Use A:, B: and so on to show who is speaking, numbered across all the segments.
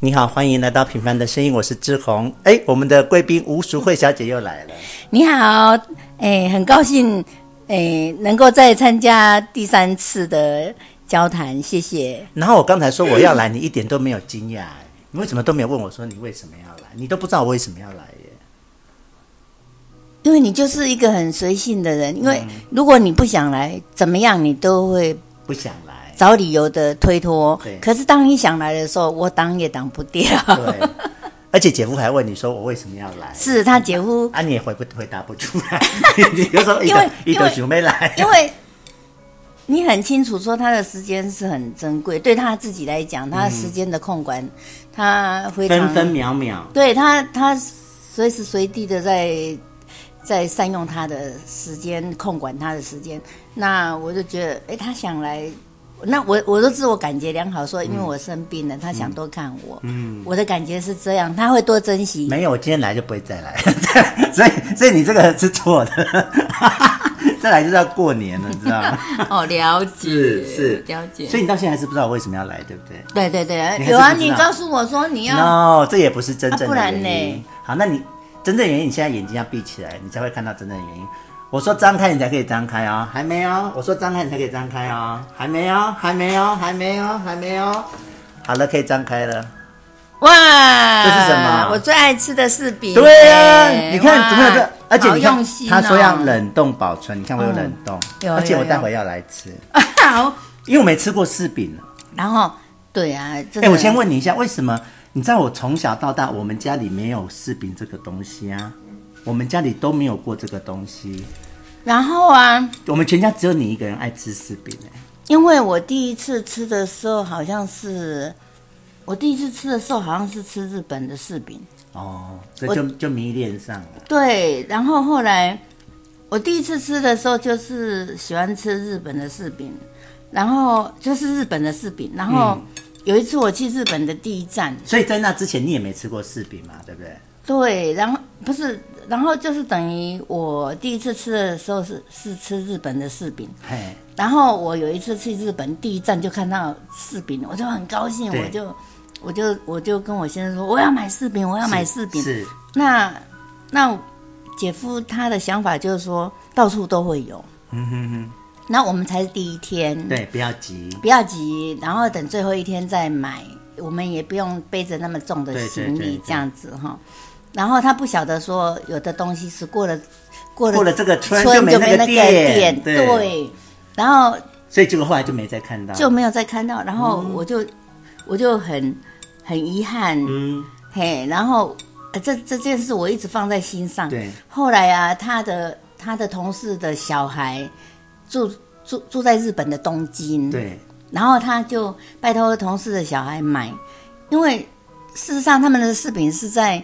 A: 你好，欢迎来到《平凡的声音》，我是志宏。哎，我们的贵宾吴淑慧小姐又来了。
B: 你好，哎，很高兴，哎，能够再参加第三次的交谈，谢谢。
A: 然后我刚才说我要来，你一点都没有惊讶，你为什么都没有问我说你为什么要来？你都不知道我为什么要来耶。
B: 因为你就是一个很随性的人，因为
A: 嗯
B: 如果你不想来，怎么样你都会
A: 不想来。
B: 找理由的推脱
A: 对。
B: 可是当你想来的时候，我挡也挡不掉。
A: 对，而且姐夫还问你说我为什么要来？
B: 是他 姐夫，
A: 啊，你也回不回答不出来，你就说一
B: 因为
A: 个一个
B: 因为
A: 熊没来。
B: 因为你很清楚说他的时间是很珍贵，对他自己来讲，他时间的控管，他非常
A: 嗯 分分秒秒，
B: 对他，他随时随地的在在善用他的时间，控管他的时间。那我就觉得，哎，他想来，那我我都自我感觉良好，说因为我生病了，他想多看我。嗯，我的感觉是这样，他会多珍惜。
A: 没有，我今天来就不会再来， 所以所以你这个是错的， 再来就是要过年了，你知道吗？
B: 哦，了解，
A: 是是
B: 了解。
A: 所以你到现在还是不知道我为什么要来，对不对
B: 对对对，
A: 你还是
B: 有啊，
A: 不知
B: 你
A: 道
B: 告诉我说你要。
A: ？No，这也不是真正
B: 啊不
A: 的
B: 然
A: 原因
B: 呢。
A: 好，那你真正原因，你现在眼睛要闭起来，你才会看到真正的原因。我说张开，你才可以张开哦，还没哦。我说张开，你才可以张开哦，还没哦，还没哦，还没哦，还没哦。好了，可以张开了。
B: 哇，
A: 这是什么
B: 我最爱吃的柿饼。
A: 对啊，
B: 哎
A: 你看
B: 哇
A: 怎么有这？而且
B: 好
A: 你看
B: 用心哦，
A: 他说要冷冻保存，你看我有
B: 嗯
A: 冷冻，
B: 有
A: 而且
B: 有
A: 我
B: 有
A: 待会要来吃，
B: 好。
A: 因为我没吃过柿饼。
B: 然后，对啊，真
A: 哎、
B: 的。
A: 我先问你一下，为什么你知道我从小到大，我们家里没有柿饼这个东西啊？我们家里都没有过这个东西，
B: 然后啊，
A: 我们全家只有你一个人爱吃柿饼、哎，
B: 因为我第一次吃的时候，好像是我第一次吃的时候，好像是吃日本的柿饼。
A: 哦，这
B: 我
A: 就就迷恋上了。
B: 对，然后后来我第一次吃的时候，就是喜欢吃日本的柿饼，然后就是日本的柿饼。然后有一次我去日本的第一站，
A: 所以在那之前你也没吃过柿饼嘛，对不对？
B: 对，然后不是，然后就是等于我第一次吃的时候是是吃日本的柿饼，
A: 嘿，
B: 然后我有一次去日本，第一站就看到柿饼，我就很高兴，
A: 对
B: 我就我就我就跟我先生说，我要买柿饼，我要买柿饼。
A: 是
B: 那那姐夫他的想法就是说，到处都会有。那我们才是第一天，
A: 嗯对，不要急。
B: 不要急，然后等最后一天再买，我们也不用背着那么重的
A: 对对
B: 行
A: 对对
B: 李这样子哈。然后他不晓得说，有的东西是过了过了
A: 过了这个村
B: 村
A: 就没
B: 就
A: 那
B: 没
A: 个
B: 那个
A: 店
B: 店，
A: 对
B: 对。然后
A: 所以结果后来就没再看到。
B: 就没有再看到，然后我就、我就很很遗憾，
A: 嗯，
B: 嘿，然后、呃这这件事我一直放在心上。
A: 对，
B: 后来啊，他的他的同事的小孩住住住在日本的东京，，
A: 对，
B: 然后他就拜托同事的小孩买，因为事实上他们的饰品是在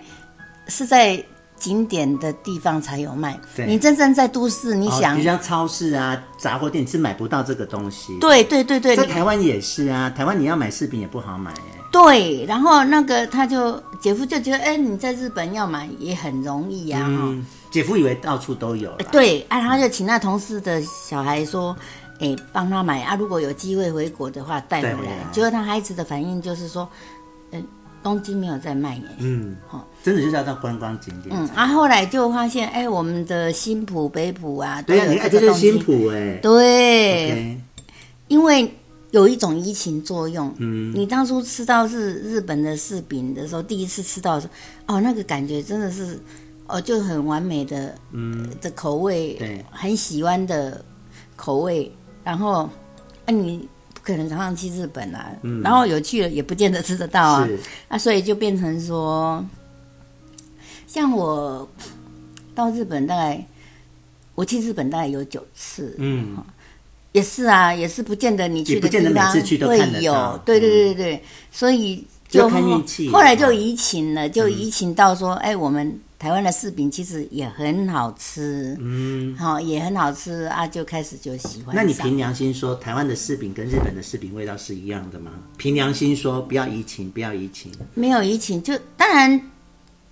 B: 是在景点的地方才有卖，
A: 对
B: 你真正在都市，你
A: 哦
B: 想。
A: 就像超市啊、杂货店，你是买不到这个东西。，
B: 对对对对，
A: 在
B: 你
A: 台湾也是啊，台湾你要买柿饼也不好买、哎。
B: 对，然后那个他就姐夫就觉得，哎，你在日本要买也很容易呀、哈、
A: 嗯，姐夫以为到处都有了
B: 呃。对，啊，他就请那同事的小孩说，哎，帮他买啊，如果有机会回国的话带回
A: 带回
B: 来
A: 来。
B: 结果他孩子的反应就是说，嗯、东京没有在卖耶。
A: 嗯
B: 好，
A: 真的就是要到观光景点。
B: 嗯，啊，后来就发现，哎，我们的新浦、北浦啊，都
A: 对呀、
B: 有
A: 你看
B: 这
A: 这
B: 个
A: 就是
B: 东西。
A: 新浦哎、
B: 对
A: OK，
B: 因为有一种移情作用。
A: 嗯，
B: 你当初吃到日日本的柿饼的时候，第一次吃到的时候，哦，那个感觉真的是，哦，就很完美的，嗯、的口味，
A: 对，
B: 很喜欢的口味。然后，啊，你不可能常常去日本啊，嗯、然后有去了也不见得吃得到啊，
A: 是
B: 啊，所以就变成说，像我到日本大概，我去日本大概有九次，
A: 嗯，
B: 也是啊，也是不见得你
A: 也
B: 去的地
A: 不见得
B: 方
A: 每次去都
B: 会
A: 看得到嗯
B: 有，对对对对，所以
A: 就
B: 就
A: 看
B: 后
A: 运气
B: 后来
A: 哦
B: 就移情了，就移情到说，哎，我们台湾的柿饼其实也很好吃，嗯，好、也很好吃啊，就开始就喜欢上。
A: 那你凭良心说，台湾的柿饼跟日本的柿饼味道是一样的吗？凭良心说，不要移情，不要移情。
B: 没有移情，就当然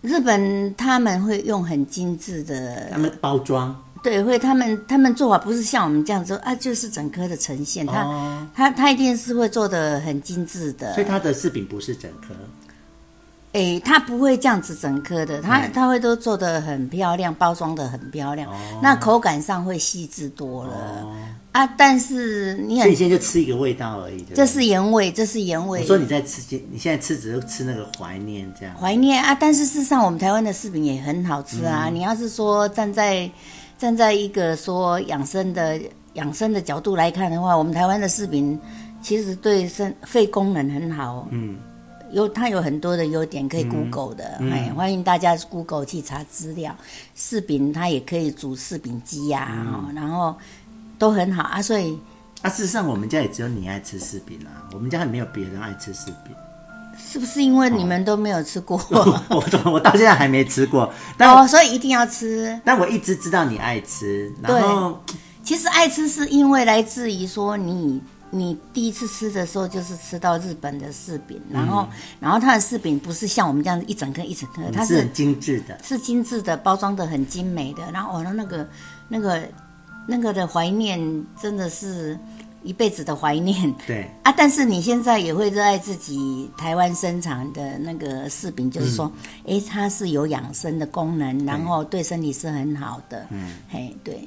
B: 日本他们会用很精致的
A: 他们包装
B: 对，会他们他们做法不是像我们这样子啊，就是整颗的呈现，他、呃
A: 哦，
B: 他他一定是会做的很精致的
A: 所以，它的柿饼不是整颗，
B: 诶，它不会这样子整颗的，它
A: 嗯
B: 它会都做的很漂亮，包装的很漂
A: 哦
B: 亮，那口感上会细致多了、啊。但是
A: 所
B: 你
A: 以
B: 很
A: 你，现在就吃一个味道而已。对不对
B: 这是原味，这是原
A: 我
B: 味。
A: 说你在吃，你现在吃只是吃那个怀念这样。
B: 怀念啊！但是事实上，我们台湾的柿饼也很好吃啊。你要是说站在站在一个说养生的养生的角度来看的话，我们台湾的柿饼其实对身肺功能很好。嗯，有它有很多的优点可以 Google 的，哎，欢迎大家 Google 去查资料。柿饼它也可以煮柿饼鸡呀、哦然后都很好啊。所以
A: 啊，事实上我们家也只有你爱吃柿饼啊，我们家还没有别人爱吃柿 饼。
B: 是不是因为你们都没有吃过？
A: 我我我到现在还没吃过，但我、
B: 哦，所以一定要吃。
A: 但我一直知道你爱吃，然
B: 对
A: 后
B: 其实爱吃是因为来自于说你你第一次吃的时候就是吃到日本的柿饼，然后、然后它的柿饼不是像我们这样子一整颗一整颗，它
A: 你是
B: 嗯是
A: 很精致的。
B: 是精致的，包装的很精美的，然后哦，那那个那个那个的怀念真的是一辈子的怀念。
A: 对，
B: 啊，但是你现在也会热爱自己台湾生产的那个柿饼，就是说，诶，它是有养生的功能，然后嗯对身体是很好的，嗯，嘿，对，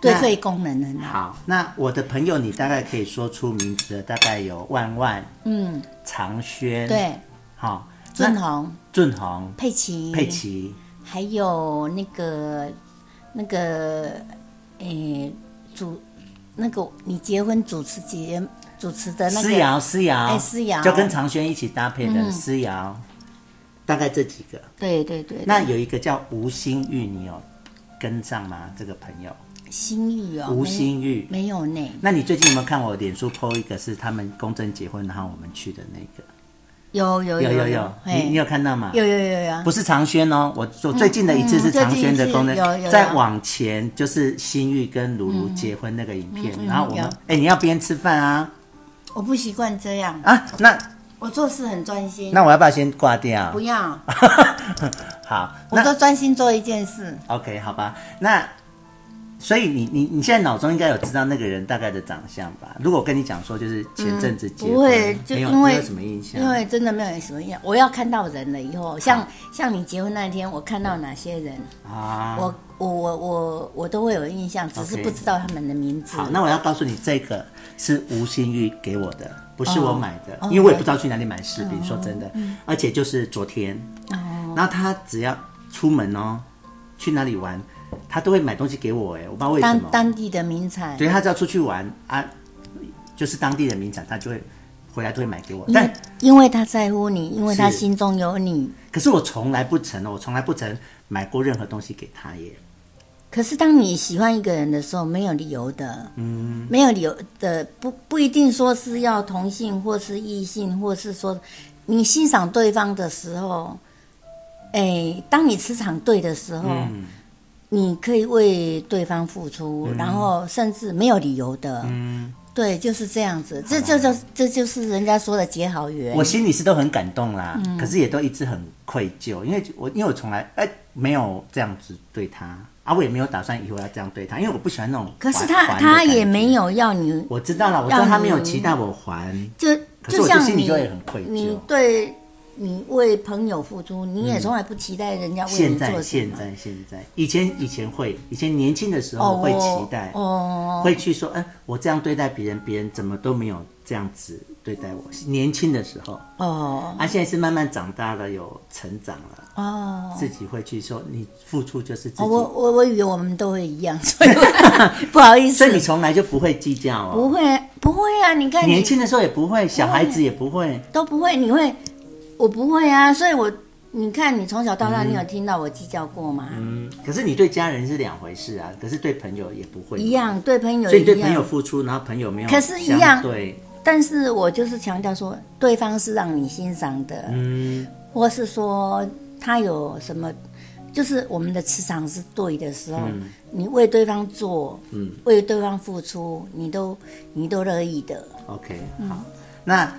B: 对
A: 那
B: 肺功能很好。
A: 好，那我的朋友你大概可以说出名字的，大概有万万、
B: 嗯，
A: 常轩，，
B: 对，
A: 好、
B: 尊
A: 那
B: 宏、嗯
A: 俊宏、
B: 佩奇、
A: 佩，奇、
B: 还有那个那个，诶、主那个你结婚主持节主持的那
A: 思
B: 个，
A: 瑶、思瑶，
B: 哎思瑶嗯
A: 就跟常轩一起搭配的思瑶，大概这几个。
B: 对对对，
A: 那有一个叫吴心玉，你有跟上吗？这个朋友
B: 心玉哦，
A: 吴
B: 没
A: 心玉。
B: 没有呢，
A: 那你最近有没有看我脸书 PO 一个是他们公证结婚，然后我们去的那个？
B: 有有
A: 有
B: 有
A: 有，你
B: 嘿
A: 你有看到吗？
B: 有有有有啊，
A: 不是长轩哦，我我最近的一次是长轩的功能，
B: 嗯最近一次有有有
A: 再往前就是新玉跟鲁鲁结婚那个影片，
B: 嗯嗯
A: 然后我们
B: 有
A: 哎、你要边吃饭啊
B: 我不习惯这样，
A: 啊，那
B: 我做事很专心，
A: 那我要不要先挂掉
B: 嗯不？要，
A: 好，
B: 我
A: 那
B: 都专心做一件事，
A: OK 好吧，那所以你你你现在脑中应该有知道那个人大概的长相吧？如果我跟你讲说就是前阵子结婚，
B: 嗯不会就
A: 没有
B: 因为
A: 没有什么印象，
B: 因为真的没有什么样，我要看到人了以后，像像你结婚那一天，我看到哪些人，
A: 啊，
B: 我我我我我都会有印象，只是
A: OK
B: 不知道他们的名字。
A: 好，那我要告诉你，这个是吴新玉给我的，不是我买的，
B: 哦嗯
A: 因为我也不知道去哪里买饰品。说真的，而且就是昨天，
B: 哦，
A: 然后他只要出门哦，去哪里玩，他都会买东西给我，哎，我不知道为什
B: 当
A: 么。
B: 当地的名产，
A: 对他只要出去玩啊，就是当地的名产，他就会回来都会买给我。
B: 因为
A: 但
B: 因为他在乎你，因为他
A: 是
B: 心中有你。
A: 可是我从来不曾哦，我从来不曾买过任何东西给他耶。
B: 可是当你喜欢一个人的时候，没有理由的，嗯，没有理由的，不不一定说是要同性或是异性，或是说你欣赏对方的时候，哎，当你磁场对的时候，
A: 嗯
B: 你可以为对方付出，然后甚至没有理由的，嗯，对，就是这样子，这这就这就是人家说的结好缘
A: 我，心里是都很感动啦，
B: 嗯
A: 可是也都一直很愧疚，因为我因为我从来哎、没有这样子对他啊，我也没有打算以后要这样对他，因为我不喜欢那种还。
B: 可是他
A: 还的
B: 他
A: 感觉
B: 也没，有要你，
A: 我知道了，我知道
B: 让
A: 他没有
B: 你
A: 期待我还，
B: 就
A: 可是
B: 就
A: 我就
B: 像
A: 心里
B: 你
A: 就会很愧疚
B: 你。对你为朋友付出，你也从来不期待人家为
A: 嗯现
B: 你做
A: 在
B: 什
A: 现
B: 么。
A: 在现在，以前以前会，以前年轻的时
B: 哦，
A: 候
B: 我
A: 会期待，
B: 哦，
A: 会去说，哎、我这样对待别人，别人怎么都没有这样子对待我。年轻的时候，
B: 哦
A: 啊，现在是慢慢长大了，有成长了，
B: 哦。
A: 自己会去说，你付出就是自
B: 哦
A: 己
B: 我我我以为我们都会一样， 所以我不好意思
A: 所以，你从来就不会计较哦，
B: 不会不会啊！你看
A: 年
B: 你
A: 轻的时候也不会，小孩子也不会，
B: 都不会，你会我不会啊，所以我你看你从小到大，你有听到我计较过吗？
A: 嗯，可是你对家人是两回事啊，可是对朋友也不会
B: 一，样对朋友
A: 所以你对
B: 一
A: 朋友
B: 样，
A: 付出，然后朋友没有，
B: 可是一样
A: 对，
B: 但是我就是强调说，对方是让你欣赏的，
A: 嗯，
B: 或是说他有什么，就是我们的磁场是对的时候，
A: 嗯
B: 你为对方做，嗯，为对方付出，你都你都乐意的。
A: OK，好，
B: 嗯
A: 那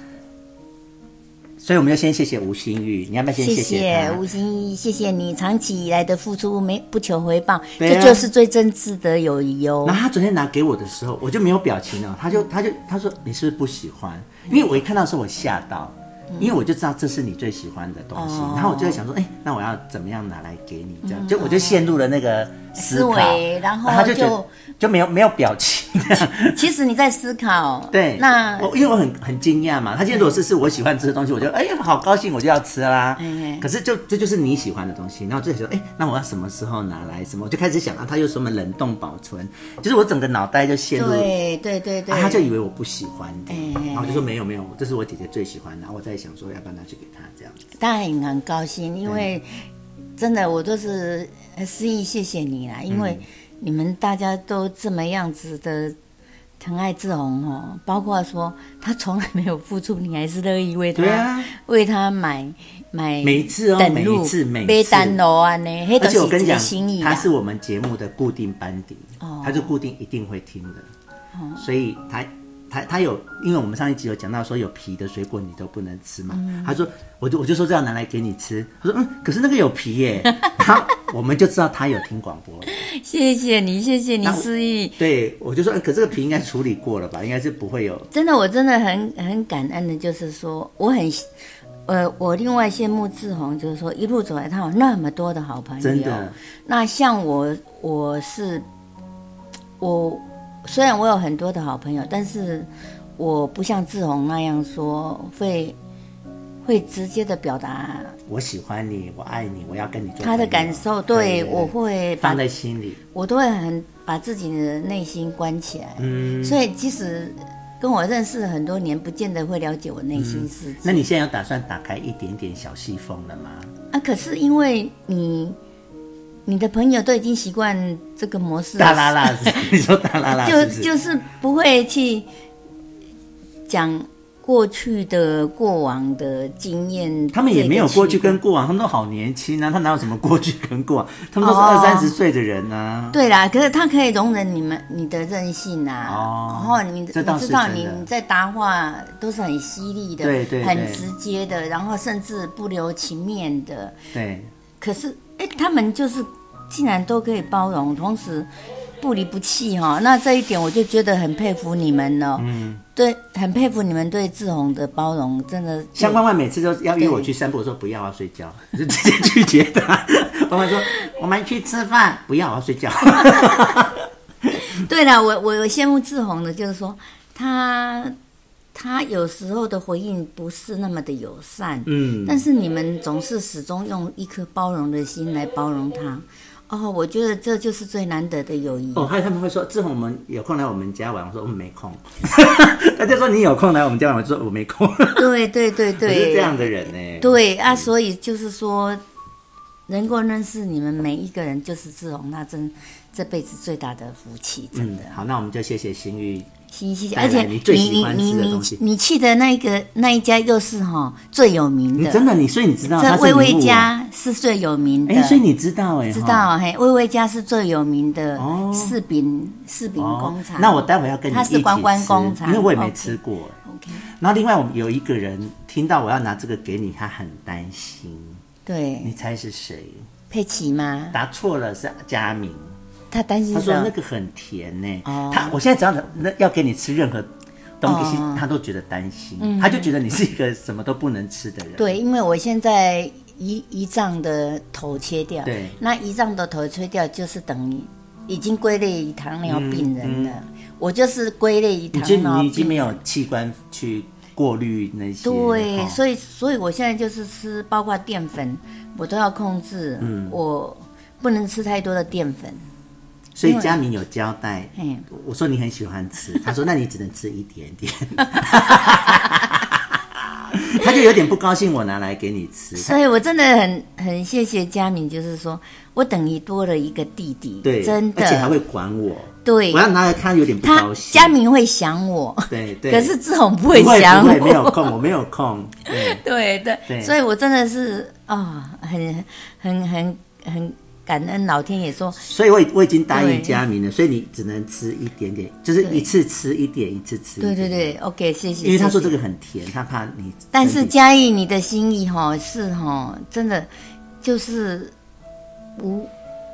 A: 所以我们就先谢谢吴新玉，你要不要先
B: 谢
A: 谢
B: 谢
A: 他
B: 吴心怡，谢谢你长期以来的付出，没不求回报，
A: 对啊
B: 这就是最真挚的友谊哦嗯
A: 然。后他昨天拿给我的时候，我就没有表情了，他就他就他说你是不是不喜欢？因为我一看到的时候我吓到，因为我就知道这是你最喜欢的东西，
B: 嗯哦
A: 然后我就在想说，哎、那我要怎么样拿来给你？这样，就我就陷入了那个思
B: 思
A: 考，
B: 维，然后
A: 他就觉得就没有没有表 情。
B: 其实你在思考，
A: 对，
B: 那
A: 我因为我很很惊讶嘛，他今天如果是是我喜欢吃的东西，我就哎呀好高兴，我就要吃啦。
B: 嗯嗯
A: 可是就这就是你喜欢的东西，然后就想说，哎，那我要什么时候拿来什么？我就开始想啊，它有什么冷冻保存？就是我整个脑袋就陷入。
B: 对对对对，
A: 啊，他就以为我不喜欢的，
B: 嗯嗯
A: 然后我就说没有没有，这是我姐姐最喜欢的。然后我在想说要不要拿去给她这样子。
B: 当然很高兴，因为真的我都是呃思怡，谢谢你
A: 嗯
B: 啦，因为你们大家都这么样子的疼爱志宏哦，包括说他从来没有付出，你还是乐意为他、
A: 对啊
B: 为他买买
A: 每一次哦
B: 等路
A: 每一次每一次
B: 买单楼啊呢，那
A: 而
B: 都
A: 且我
B: 是
A: 跟
B: 一
A: 你
B: 个
A: 讲
B: 心意，啊哦
A: 他
B: 啦。
A: 是我们节目的固定班底，他就固定一定会听的，
B: 哦
A: 所以他他他有，因为我们上一集有讲到说有皮的水果你都不能吃嘛，
B: 嗯
A: 他说我就我就说这要拿来给你吃，他说嗯，可是那个有皮耶， 然后我们就知道他有听广播了，
B: 谢谢你，谢谢你
A: 那我
B: 思怡。
A: 对我就说，嗯可这个皮应该处理过了吧，应该是不会有，
B: 真的，我真的很很感恩的，就是说，我很，呃，我另外羡慕志宏，就是说一路走来，他有那么多的好朋友。
A: 真的。
B: 那像我，我是，我虽然我有很多的好朋友，但是我不像志宏那样说会会直接的表达
A: 我喜欢你，我爱你，我要跟你做
B: 他
A: 朋
B: 的
A: 友
B: 感受，对我
A: 对
B: 会把
A: 放在心里，
B: 我都会很把自己的内心关起来。
A: 嗯。
B: 所以即使跟我认识很多年，不见得会了解我内心世界。
A: 那你现在有打算打开一点点小细缝了吗？
B: 啊，可是因为你你的朋友都已经习惯这个模式了，
A: 大拉拉是， 你说大拉拉
B: 就是
A: 不是
B: 就是不会去讲过去的过往的经验。
A: 他们也没有
B: 这个
A: 过去
B: 习惯
A: 跟过往，他们都好年轻啊，他哪有什么过去跟过往？他们都是
B: 哦
A: 二三十岁的人啊。
B: 对啦，可是他可以容忍你们你的任性啊，
A: 哦
B: 然后你
A: 这倒
B: 你
A: 是
B: 知道
A: 真
B: 你
A: 的
B: 你在答话都是很犀利的，
A: 对对对
B: 很直接的，然后甚至不留情面的。
A: 对，
B: 可是，哎，他们就是竟然都可以包容，同时不离不弃哈、那这一点我就觉得很佩服你们了、
A: 嗯，
B: 对，很佩服你们对志宏的包容，真的。
A: 像万万每次都要约我去散步，我说不要，我要睡 觉，我就直接拒绝他。 万万说我们去吃饭，不要，我要睡 觉。
B: 对了，我我有羡慕志宏的，就是说他他有时候的回应不是那么的友善，
A: 嗯，
B: 但是你们总是始终用一颗包容的心来包容他。哦，我觉得这就是最难得的友谊。
A: 哦，还有他们会说，志宏，我们有空来我们家玩。我说我们没空。 大家说你有空来我们家玩，我说哦我没空。我
B: 对对对 对，
A: 是这样的人呢、，
B: 对啊，所以就是说，能够认识你们每一个人，就是志宏，那真这辈子最大的福气，真
A: 嗯
B: 的。，
A: 好，那我们就谢谢心玉。
B: 谢谢，
A: 带来
B: 而且
A: 你最喜
B: 你
A: 欢
B: 你
A: 吃的
B: 你
A: 东西
B: 你去的那个那一家又是哈、最有名
A: 你
B: 的，
A: 嗯真的你，所以你知道他
B: 这
A: 是
B: 薇
A: 礼
B: 薇
A: 物啊。
B: 家是最有名的。
A: 哎、所以你知道哎、
B: 知
A: 哈
B: 道嘿，薇薇家是最有名的
A: 哦
B: 柿饼柿饼工厂。
A: 那我待会要跟你一
B: 它
A: 起吃，
B: 是观光工厂
A: 因为我也没吃过。
B: OK，
A: 然后另外我们有一个人听到我要拿这个给你，他很担心。你
B: 对，
A: 猜是谁？
B: 佩奇吗？
A: 答错了是佳明。
B: 他担心
A: 他说
B: 什
A: 那
B: 么？
A: 个很甜呢、
B: 哦
A: 他我现在只要那要给你吃任何东西，
B: 哦嗯
A: 他都觉得担心、他就觉得你是一个什么都不能吃的人。
B: 对，因为我现在胰胰脏的头切掉，
A: 对
B: 那胰脏的头切掉就是等于已经归类于糖尿病人了。我就是归类于
A: 你
B: 糖
A: 就
B: 尿
A: 你嗯已经
B: 病
A: 没。有器官去过滤那些。
B: 对，
A: 哦
B: 所以所以我现在就是吃，包括淀粉，我都要控制。嗯，我不能吃太多的淀粉。
A: 所以
B: 因为
A: 佳明有交代
B: 嘿，
A: 我说你很喜欢吃， 他说那你只能吃一点点， 他就有点不高兴我拿来给你吃。
B: 所以我真的很很谢谢佳敏，就是说我等于多了一个弟弟，
A: 对，
B: 真
A: 而且还
B: 的，
A: 会管我。
B: 对
A: 我，要拿来看，有点不
B: 他
A: 高兴。
B: 佳敏会想我，
A: 对对，
B: 可是志宏不
A: 不
B: 会想
A: 不
B: 我，
A: 会没有空，我没有空。嗯对，
B: 对对，
A: 对
B: 所以我真的是啊、很很很很感恩老天爷说，
A: 所以我已我已经答应
B: 对
A: 佳明了，所以你只能吃一点点，就是一次吃一点，一次吃一
B: 对
A: 点。
B: 对对，OK，谢谢。
A: 因为他说
B: 谢
A: 这
B: 谢，
A: 个很甜，他怕你。
B: 但是嘉义你的心意哈、是哈、真的就是无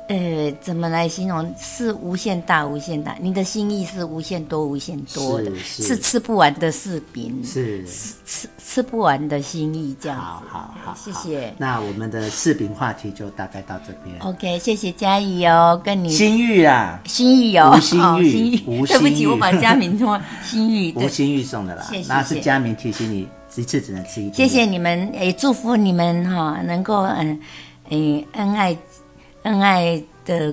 B: 呃，怎么来形容？是无限大，无限大。你的心意是无限多，无限多的，
A: 是是
B: 吃不完的柿饼，
A: 是，
B: 吃吃不完的心意，这样
A: 好
B: 子。
A: 好好，
B: 谢
A: 好
B: 谢哦
A: 那我们的视频话题就大概到这边。
B: OK，谢谢嘉怡哦，跟你
A: 心玉啊，
B: 心意哦，
A: 吴心玉
B: 哦心 意
A: 吴
B: 对不
A: 心
B: 起，
A: 玉
B: 我把嘉 明说心意，
A: 吴
B: 对，
A: 心玉送的啦
B: 谢，谢
A: 那是
B: 谢
A: 佳明提醒你，一次只能吃一
B: 谢
A: 点点。
B: 谢你们，也祝福你们哈、能够嗯嗯恩爱恩爱的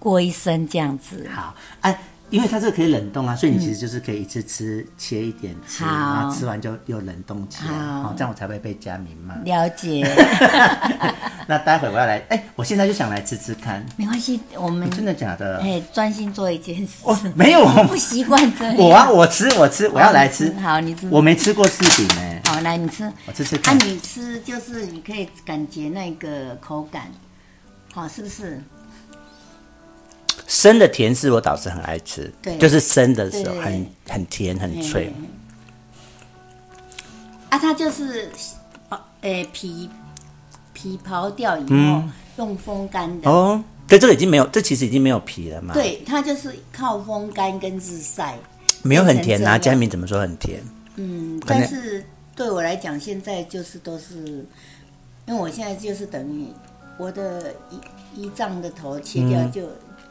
B: 过一生这样子。
A: 好，哎，因为它这个可以冷冻啊，所以你其实就是可以一次吃、切一点吃，
B: 嗯好
A: 然后吃完就又冷冻起来，
B: 好
A: 好、这样我才会被加名嘛。
B: 了解，
A: 那待会我要来，哎，我现在就想来吃吃看，
B: 没关系，我们
A: 真的假的？
B: 哎专心做一件事，
A: 我没有，
B: 不习惯这样。
A: 我啊，我吃我吃，我要来吃
B: 你，好，你吃。
A: 我没吃过柿饼哎、
B: 好，来你吃。
A: 我吃吃
B: 啊，
A: 看。
B: 你吃就是你可以感觉那个口感，好，是不是？
A: 生的甜柿我倒是很爱吃，
B: 对
A: 就是生的时候
B: 对
A: 很很甜很脆，
B: 啊，它就是，呃，诶皮皮刨掉以后、用风干的，
A: 哦。可这个已经没有，这其实已经没有皮了嘛。，
B: 对，它就是靠风干跟日晒，
A: 没有很甜啊。
B: 变成这
A: 佳
B: 样
A: 明怎么说很甜？
B: 嗯，
A: 可能
B: 但是对我来讲，现在就是都是，因为我现在就是等于我的胰胰脏的头切掉就、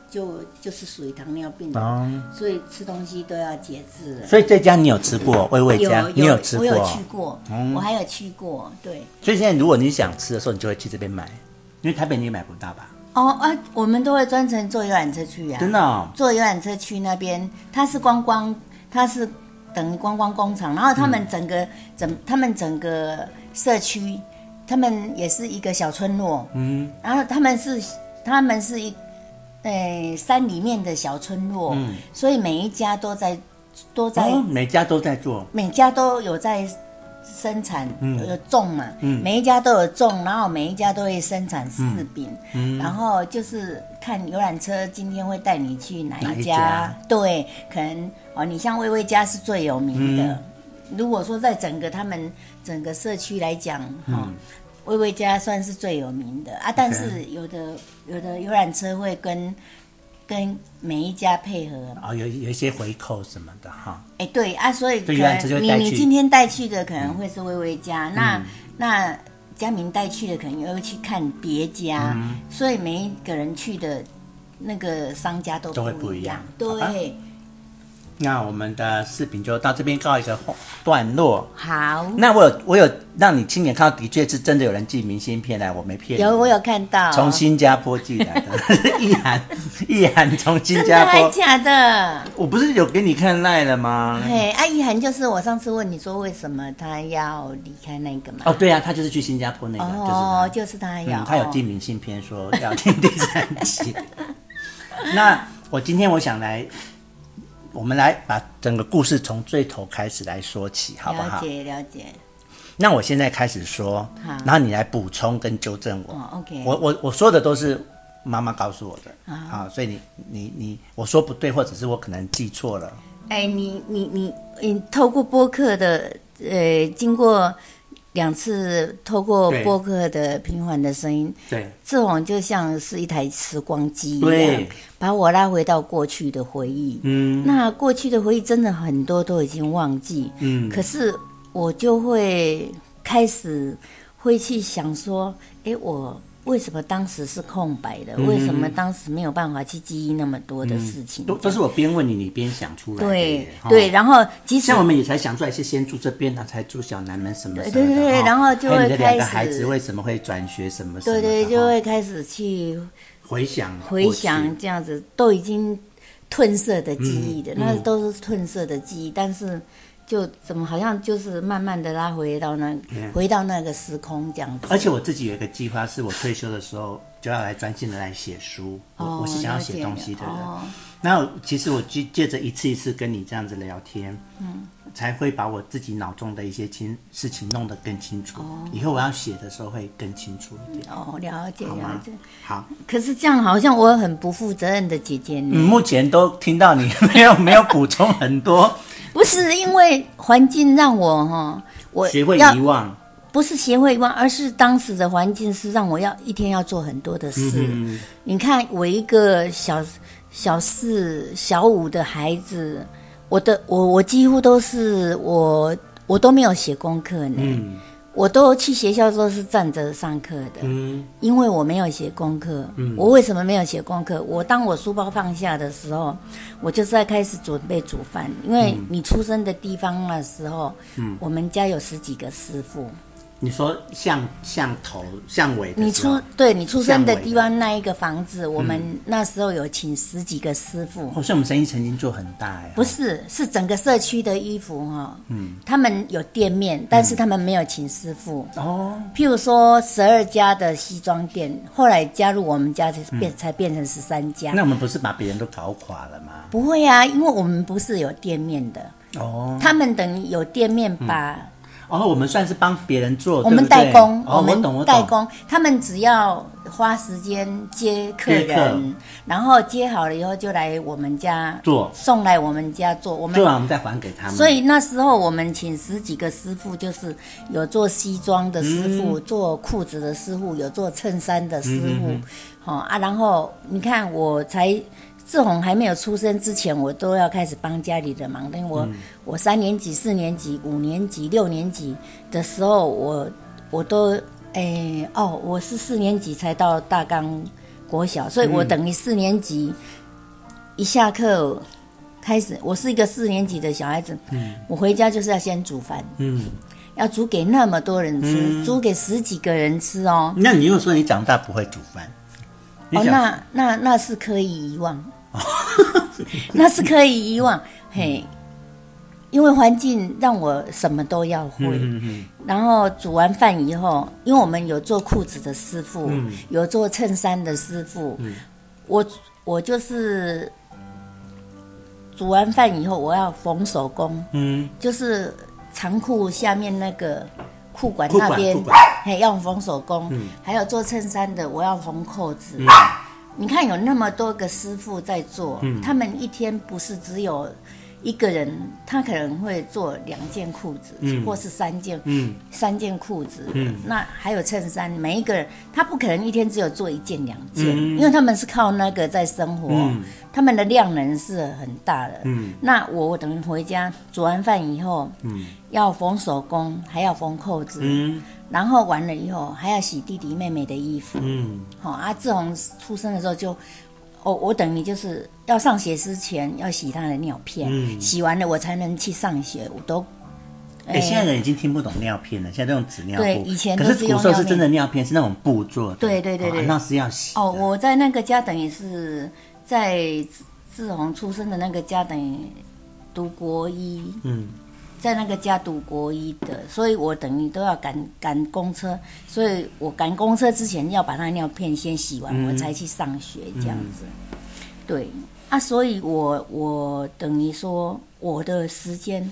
B: 就就是属于糖尿病的，
A: 嗯哦
B: 所以吃东西都要节制了。
A: 所以这家你有吃过味味
B: 有
A: 家，你
B: 有
A: 吃
B: 我
A: 过？哦
B: 有去过，我还有去过，对。
A: 所以现在如果你想吃的时候，你就会去这边买，因为台北你也买不到吧？
B: 哦啊，我们都会专程坐游览车去呀、
A: 真的、哦，
B: 坐游览车去那边，它是观光，它是等于观光工厂，然后他们整
A: 嗯
B: 个整、他们整个社区，他们也是一个小村落，嗯，然后他们是他们是一，诶、山里面的小村落，所以每一家都在都在、
A: 嗯哦，每家都在做，
B: 每家都有在生产，
A: 嗯
B: 有种嘛，每一家都有种，然后每一家都会生产柿饼，
A: 嗯
B: 然后就是看游览车今天会带你去哪一家，
A: 哪一家
B: 对，可能哦，你像薇薇家是最有名的。
A: 嗯
B: 如果说在整个他们整个社区来讲，哈、
A: 嗯
B: 薇薇家算是最有名的啊，但是有的有的游览车会跟跟每一家配合啊
A: 哦，有有一些回扣什么的哈。
B: 哎，对啊，所以可
A: 对原来这就
B: 能你
A: 带
B: 你
A: 去嗯
B: 今天带去的可能会是薇薇家，那那佳明带去的可能又会去看别家，
A: 嗯
B: 所以每一个人去的那个商家都
A: 都会不
B: 一
A: 一样好吧
B: 对，
A: 那我们的视频就到这边告一个段落。
B: 好，
A: 那我有我有让你亲眼看到，的确是真的有人寄明信片来，我没骗你。
B: 有我有看到，
A: 从新加坡寄来的， 意涵意涵从新
B: 真的
A: 加
B: 还
A: 坡，
B: 假的？
A: 我不是有给你看赖了吗？
B: 嘿，阿姨涵就是我上次问你说为什么他要离开那个嘛？
A: 哦，对啊，他就是去新加坡那个，就是他
B: 哦，就是他要，哦
A: 嗯，他有寄明信片说要听第三集。 那我今天我想来，我们来把整个故事从最头开始来说起，好不
B: 了
A: 好？
B: 解了解，
A: 那我现在开始说
B: 好，
A: 然后你来补充跟纠正我。
B: 哦，OK，
A: 我我我说的都是妈妈告诉我的啊，所以你你你我说不对，或者是我可能记错了。
B: 哎，你你你你透过播客的呃，经过两次透过
A: 对
B: 播客的平缓的声音，
A: 对，
B: 志宏就像是一台时光机一样
A: 对，
B: 把我拉回到过去的回忆。嗯，那过去的回忆真的很多都已经忘记。嗯，可是我就会开始会去想说，诶，我为什么当时是空白的？
A: 嗯
B: 为什么当时没有办法去记忆那么多的事情？
A: 都都是我边问你，你边想出来的
B: 对
A: 耶。哈
B: 对，，然后即使
A: 像我们也才想出来是先住这边，然后才住小南门什么什么的
B: 对对对
A: 哈
B: 然后就
A: 还有
B: 会
A: 你的两个
B: 开始
A: 孩子为什么会转学什么什么的
B: 对对，就
A: 哈
B: 会开始去
A: 回想
B: 回
A: 过去嗯
B: 想这样子，都已经褪色的记忆的，那都是褪色的记忆，但是就怎么好像就是慢慢的拉回到那、回到那个时空这样子。
A: 嗯而且我自己有一个计划，是我退休的时候就要来专心的来写书。
B: 哦
A: 我我是想要写
B: 了解
A: 东西的人。
B: 哦
A: 那我其实我借借着一次一次跟你这样子聊天，嗯，才会把我自己脑中的一些清事情弄得更清楚。以后我要写的时候会更清楚一点，
B: 哦，了解
A: 好
B: 了
A: 吗
B: 解。？
A: 好，
B: 可是这样好像我很不负责任的姐姐呢。
A: 嗯，目前都听到你没有没有补充很多，
B: 不是因为环境让我哈，我
A: 学会
B: 要
A: 遗忘。
B: 不是协会忘，而是当时的环境是让我要一天要做很多的事。
A: 嗯，
B: 你看，我一个小小四、小五的孩子，我的我我几乎都是我我都没有写功课呢，
A: 嗯
B: 我都去学校都是站着上课的，
A: 嗯
B: 因为我没有写功课。我为什么没有写功课？我当我书包放下的时候，我就是在开始准备煮饭，因为
A: 嗯
B: 你出生的地方的时候，我们家有十几个师傅，
A: 你说向向头向尾的
B: 你
A: 时候
B: 出对你出生的
A: 巷尾的
B: 地方那一嗯个房子，我们那时候有请十几个师傅，
A: 好哦像我们生意曾经做很大哎，
B: 不是是整个社区的衣服哈、嗯，他们有店面，但是他们没有请师傅。
A: 哦，
B: 譬如说十二家的西装店，后来加入我们家才变、才变成十三家。
A: 那我们不是把别人都搞垮了吗？
B: 不会啊，因为我们不是有店面的，
A: 哦
B: 他们等于有店面把
A: 哦，我们算是帮别人做，
B: 我们
A: 对不对
B: 代工，
A: 哦，我
B: 们
A: 懂我懂
B: 代工，他们只要花时间接客
A: 接客
B: 人，然后接好了以后就来我们家
A: 做
B: 送来我们家做，我们
A: 做完我们再还给他们，
B: 所以那时候我们请十几个师傅，就是有做西装的师
A: 嗯
B: 傅，做裤子的师傅，有做衬衫的师傅，好、啊。然后你看，我才志宏还没有出生之前，我都要开始帮家里的忙。等于我、
A: 嗯
B: 我三年级、四年级、五年级、六年级的时候，我我都哎哦，我是四年级才到大纲国小，所以
A: 嗯
B: 我等于四年级、一下课开始，我是一个四年级的小孩子，我回家就是要先煮饭，
A: 嗯，
B: 要煮给那么多人吃，煮给十几个人吃哦。
A: 那你又说你长大不会煮饭，你
B: 哦，
A: 想
B: 那那那是可以 遗忘，那是可以遗忘，嘿，
A: 嗯
B: 因为环境让我什么都要会。
A: 嗯嗯
B: 然后煮完饭以后，因为我们有做裤子的师傅，
A: 嗯
B: 有做衬衫的师傅，我我就是煮完饭以后，我要缝手工，
A: 嗯，
B: 就是长裤下面那个裤管
A: 裤管
B: 那边
A: 裤管，嗯
B: 嘿，要缝手工，还有做衬衫的，我要缝扣子。你看有那么多个师傅在做，
A: 嗯
B: 他们一天不是只有一个人，他可能会做两件裤子，或是三件，
A: 嗯
B: 三件裤子，那还有衬衫，每一个人他不可能一天只有做一件两件，
A: 嗯
B: 因为他们是靠那个在生活，他们的量能是很大的。
A: 嗯
B: 那我我等于回家煮完饭以后，要缝手工，还要缝扣子，
A: 嗯
B: 然后完了以后还要洗弟弟妹妹的衣服。
A: 嗯
B: 好、啊，志宏出生的时候就，我我等于就是要上学之前要洗他的尿片，
A: 嗯
B: 洗完了我才能去上学，我都。
A: 哎、
B: 哎
A: 现在人已经听不懂尿片了，现在都用纸尿布。
B: 对以前
A: 可
B: 都
A: 是
B: 是
A: 古
B: 用
A: 时候
B: 尿
A: 是
B: 片
A: 真的尿片，是那种布做的。
B: 对对对对
A: 哦那是要洗的。
B: 哦，我在那个家等于是在志志宏出生的那个家等于读国一，
A: 嗯，
B: 在那个家读国一的，所以我等于都要赶赶公车，所以我赶公车之前要把他尿片先洗完，我才去上学这样子。对啊，所以我我等于说我的时间，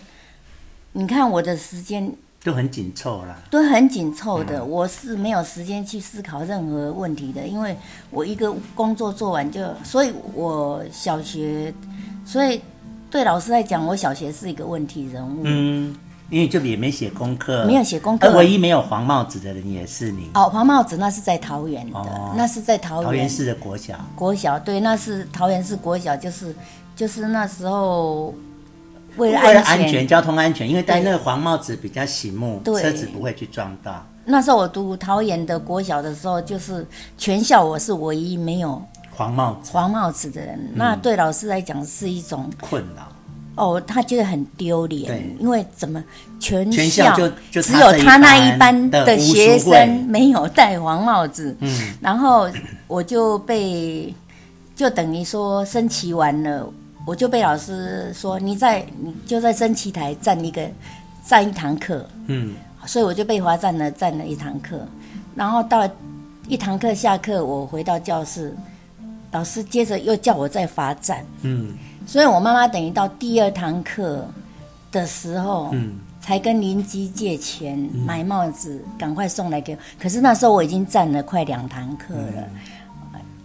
B: 你看我的时间
A: 就很紧凑啦。
B: 都很紧凑
A: 嗯
B: 的，我是没有时间去思考任何问题的，因为我一个工作做完就，所以我小学，所以对老师来讲，我小学是一个问题人物。
A: 嗯，因为就也没写功课，
B: 没有写功课
A: 而唯一没有黄帽子的人也是你，
B: 哦，黄帽子那是在桃园的，
A: 哦
B: 那是在桃园
A: 桃园市的国小。
B: 国小，对，那是桃园市国小，就是就是那时候为了安
A: 了
B: 全，
A: 安全，交通安全，因为戴那个黄帽子比较醒目，
B: 对
A: 车子不会去撞到。
B: 那时候我读桃园的国小的时候，就是全校我是唯一没有
A: 黄帽子
B: 黄帽子的人，
A: 嗯
B: 那对老师来讲是一种
A: 困啊扰，
B: 哦，他觉得很丢
A: 对
B: 脸，因为怎么全
A: 全校
B: 校
A: 就就
B: 只
A: 他
B: 有
A: 这一
B: 他那
A: 班
B: 一班
A: 的
B: 的
A: 无
B: 学
A: 数位
B: 生没有戴黄帽子，嗯，然后我就被就等于说升旗完了，我就被老师说你在你就在升旗台站一个站一堂课，
A: 嗯，
B: 所以我就被罚站了站了一堂课，然后到一堂课下课，我回到教室，老师接着又叫我再罚站。
A: 嗯
B: 所以我妈妈等于到第二堂课的时候，
A: 嗯
B: 才跟邻居借钱、买帽子，赶快送来给我。可是那时候我已经站了快两堂课了，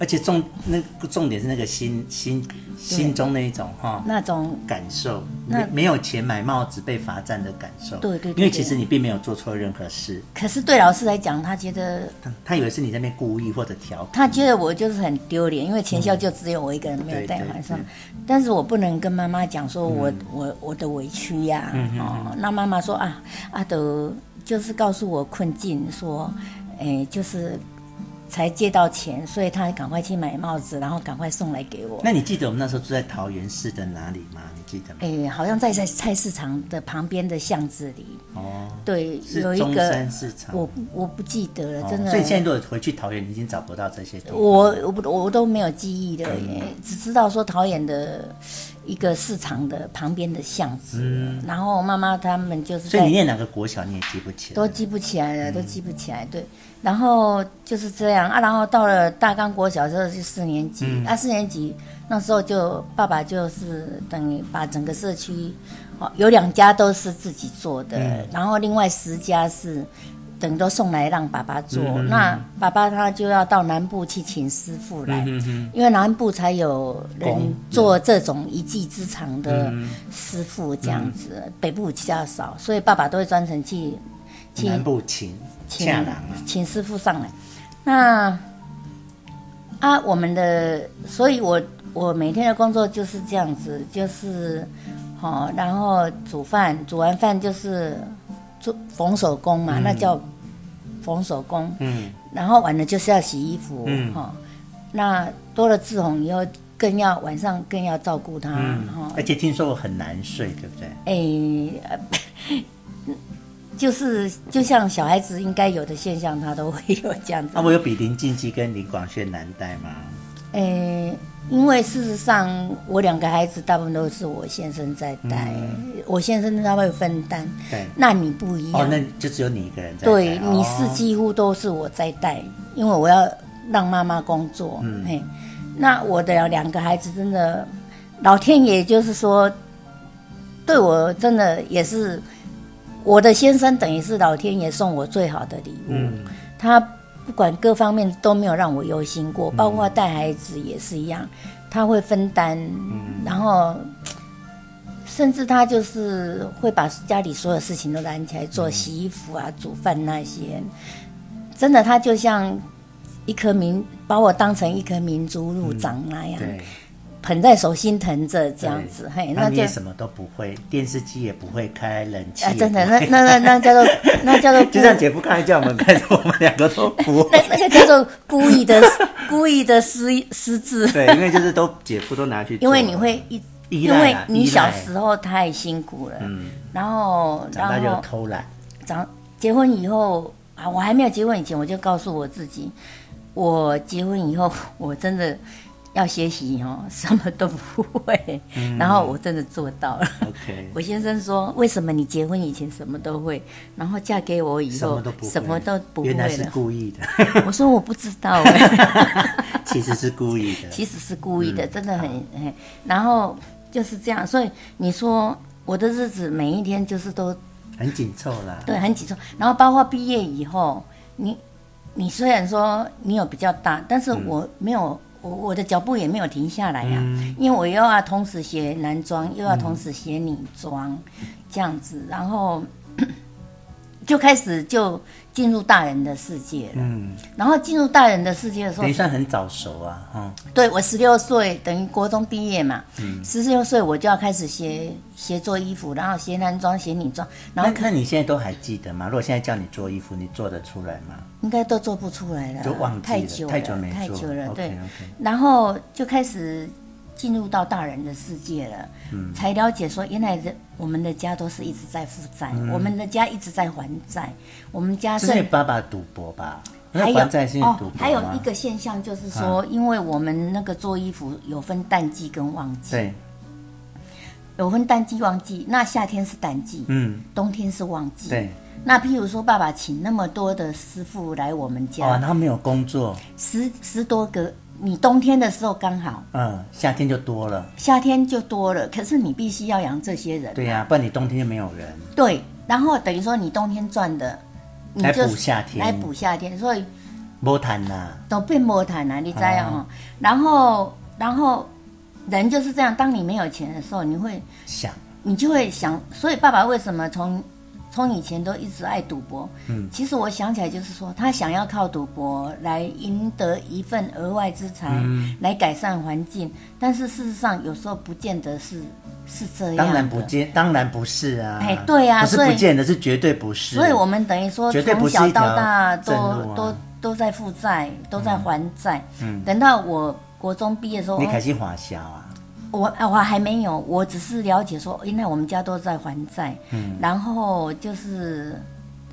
A: 而且重那个重点是那个心心心中那一种哈、
B: 那种
A: 感受，
B: 那
A: 没没有钱买帽子被罚站的感受。
B: 对对对
A: 因为其
B: 对
A: 实你并没有做错任何事，
B: 可是对老师来讲，他觉得
A: 他他以为是你在那边故意或者调侃。
B: 他觉得我就是很丢脸，因为全校就只有我一个人没有
A: 嗯
B: 戴晚上，但是我不能跟妈妈讲说我、我我的委屈呀、
A: 嗯
B: 哦，那妈妈说啊阿德就是告诉我困境，说，哎就是才借到钱，所以他赶快去买帽子，然后赶快送来给我。
A: 那你记得我们那时候住在桃园市的哪里吗？你记得吗？
B: 哎，好像在在菜市场的旁边的巷子里，
A: 哦，
B: 对，
A: 是
B: 哎有一
A: 中
B: 个
A: 山市场。
B: 我不我不记得了，
A: 哦
B: 真的。
A: 所以现在如果回去桃园，你已经找不到这些地方。
B: 我我不我都没有记忆的
A: 嗯
B: 耶，只知道说桃园的一个市场的旁边的巷子，然后妈妈他们就是
A: 嗯所以你嗯
B: 在
A: 念哪个国小你也记不起
B: 都
A: 来。
B: 记不起来了，都记不起来，对。然后就是这样啊，然后到了大刚国小之后就四年级、
A: 嗯
B: 啊，四年级那时候就爸爸就是等于把整个社区，哦，有两家都是自己做的，
A: 嗯
B: 然后另外十家是等都送来让爸爸
A: 嗯
B: 做，那爸爸他就要到南部去请师傅
A: 嗯
B: 来，因为南部才有人
A: 工
B: 做这种一技之长的
A: 嗯
B: 师傅这样子，北部比较少，所以爸爸都会专程去去
A: 南部请
B: 请
A: 恰郎啊，
B: 请师傅上来。那啊，我们的，所以我我每天的工作就是这样子，就是哦，然后煮饭，煮完饭就是做缝手工嘛，那叫缝手工。
A: 嗯，
B: 然后晚了就是要洗衣服，
A: 嗯
B: 哦，那多了志宏以后，更要晚上更要照顾他，哦，
A: 而且听说我很难睡，对不对？
B: 诶、呃 就是就像小孩子应该有的现象，他都会有这样子。
A: 啊，我有比林静姬跟林广炫难带吗？
B: 诶、哎因为事实上，我两个孩子大部分都是我先生在带，我先生他会分担。
A: 对，
B: 那你不一样，
A: 嗯哦，那就只有你一个人在带。
B: 对，
A: 哦
B: 你是几乎都是我在带，因为我要让妈妈工作。
A: 嗯
B: 嘿，那我的两个孩子真的，老天爷就是说，对我真的也是，我的先生等于是老天爷送我最好的礼物。
A: 嗯
B: 他不管各方面都没有让我忧心
A: 嗯
B: 过，包括带孩子也是一样，他会分担，
A: 嗯
B: 然后甚至他就是会把家里所有事情都揽起来做，洗衣服啊、煮饭那些，真的他就像一颗明，把我当成一颗明珠入掌那样，
A: 嗯对，
B: 捧在手心疼着这样子，嘿，
A: 那
B: 那
A: 你
B: 就
A: 也。什么都不会，电视机也不会开，冷气
B: 啊
A: 也，不
B: 真的，那
A: 会
B: 那那那叫做那叫做
A: 就像姐夫刚才叫我们开始，我们两个都不会
B: 那那个叫做故意的故意的失失智，
A: 对，因为就是都姐夫都拿去做
B: 因
A: 了，
B: 为你会一，
A: 依
B: 因
A: 赖
B: 为
A: 啊，
B: 你
A: 依
B: 小
A: 赖嗯
B: 时候太辛苦了，然后
A: 长大
B: 然
A: 就
B: 后
A: 偷懒，
B: 长结婚以后啊，我还没有结婚以前，我就告诉我自己，我结婚以后 我真的要学习哦， 什么都不会，然后我真的做到了。
A: 嗯 OK，
B: 我先生说：“为什么你结婚以前什么都会，然后嫁给我以
A: 什
B: 后
A: 么都不会，
B: 什么都不会
A: 原来是
B: 了
A: 故意的，？”
B: 我说：“我不知道、哎。
A: 其实是故意的。
B: 其实是故意的，真的
A: 嗯
B: 很很，然后就是这样，所以你说我的日子每一天就是都
A: 很紧凑啦。
B: 对很紧
A: 嗯
B: 凑，然后包括毕业以后，你你虽然说你有比较大，但
A: 嗯
B: 是我没有。我我的脚步也没有停下来呀、啊
A: 嗯
B: 因为我又要同时学男装，又要同时学女装，
A: 嗯
B: 这样子，然后 就开始就进入大人的世界了。
A: 嗯，
B: 然后进入大人的世界的时候
A: 等于，算很早熟啊，哈、
B: 对我十六岁等于国中毕业嘛，
A: 嗯
B: 十六岁我就要开始学学做衣服，然后学男装、学女装，然后
A: 那那你现在都还记得吗？如果现在叫你做衣服，你做得出来吗？
B: 应该都做不出来了，
A: 就忘记
B: 呃太
A: 了
B: 久
A: 太久没做
B: 太久了，
A: OK，
B: 对
A: OK
B: 然后就开始进入到大人的世界了，
A: 嗯
B: 才了解说原来的我们的家都是一直在负债，我们的家一直在还债，我们家
A: 嗯是因为
B: 甚
A: 爸爸赌博吧？
B: 啊还
A: 那还债是因为赌博
B: 哦
A: 吗、，啊
B: 还有一个现象就是说，因为我们那个做衣服有分淡季跟旺季，
A: 对，
B: 有分淡季旺季，那夏天是淡季，
A: 嗯，
B: 冬天是旺季。
A: 对。
B: 那譬如说，爸爸请那么多的师傅来我们
A: 哦，
B: 家，
A: 然后没有工作，
B: 十十多个，你冬天的时候刚好，
A: 嗯，夏天就多了，
B: 夏天就多了。可是你必须要养这些人，
A: 对呀、不然你冬天就没有人。
B: 对然后等于说你冬天赚的，你
A: 来
B: 就
A: 补夏天
B: 来补夏天，所以
A: 无谈呐，
B: 都变魔毯啊，你知道哦。然后，然后人就是这样，当你没有钱的时候，你会
A: 想
B: 你就会想，所以爸爸为什么从从以前都一直爱赌博？嗯，其实我想起来就是说，他想要靠赌博来赢得一份额外之财，
A: 嗯
B: 来改善环境。但是事实上，有时候不见得是是这样的。
A: 当然不见，当然不是啊。
B: 哎对啊
A: 不是
B: 所以
A: 不见得是绝对不是。
B: 所以我们等于说
A: 绝对不
B: 从
A: 是一条
B: 小到大都、
A: 正路啊
B: 都都在负债，都在还债。嗯，等到我国中毕业的时候，
A: 你开始花销啊，
B: 我啊，我还没有，我只是了解说，原来我们家都在还债，
A: 嗯
B: 然后就是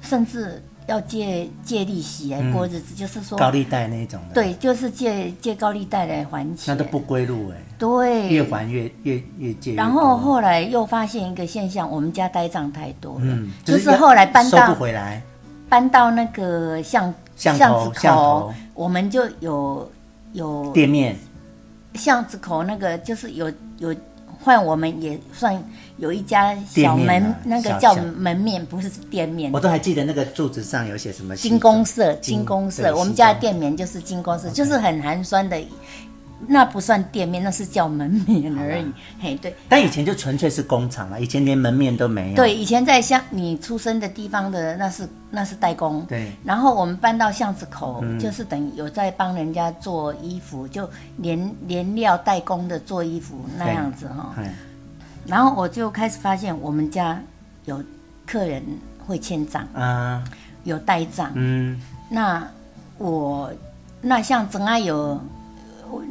B: 甚至要借借利息来过日子，就是说，
A: 嗯高利贷那一种的，，
B: 对，就是借借高利贷来还钱，
A: 那都不归路哎，
B: 对，
A: 越还越越越借越多。
B: 然后后来又发现一个现象，我们家呆账太多了，
A: 嗯，
B: 就是
A: 要
B: 后来搬
A: 收
B: 到
A: 不回来，
B: 搬到那个巷
A: 巷
B: 子
A: 头巷头
B: 我们就有有
A: 店面
B: 巷子口那个就是有有换我们也算有一家小
A: 店
B: 门，
A: 面啊
B: 那个
A: 小
B: 叫
A: 小
B: 门面，不是店面
A: 我。都还记得那个柱子上有写什么
B: 金工社，金
A: 金
B: 工
A: 对
B: 社，我们家
A: 西
B: 的店面就是金工社，就是很寒酸的，那不算店面，那是叫门面而已。嘿，对
A: 但以前就纯粹是工厂了，以前连门面都没有。
B: 对，以前在乡你出生的地方的那是那是代工，
A: 对，
B: 然后我们搬到巷子口，
A: 嗯
B: 就是等于有在帮人家做衣服，就连连料代工的做衣服那
A: 对
B: 样子哈、
A: 哎
B: 然后我就开始发现我们家有客人会欠账，
A: 啊，
B: 有呆账。
A: 嗯，
B: 那我那像真爱有，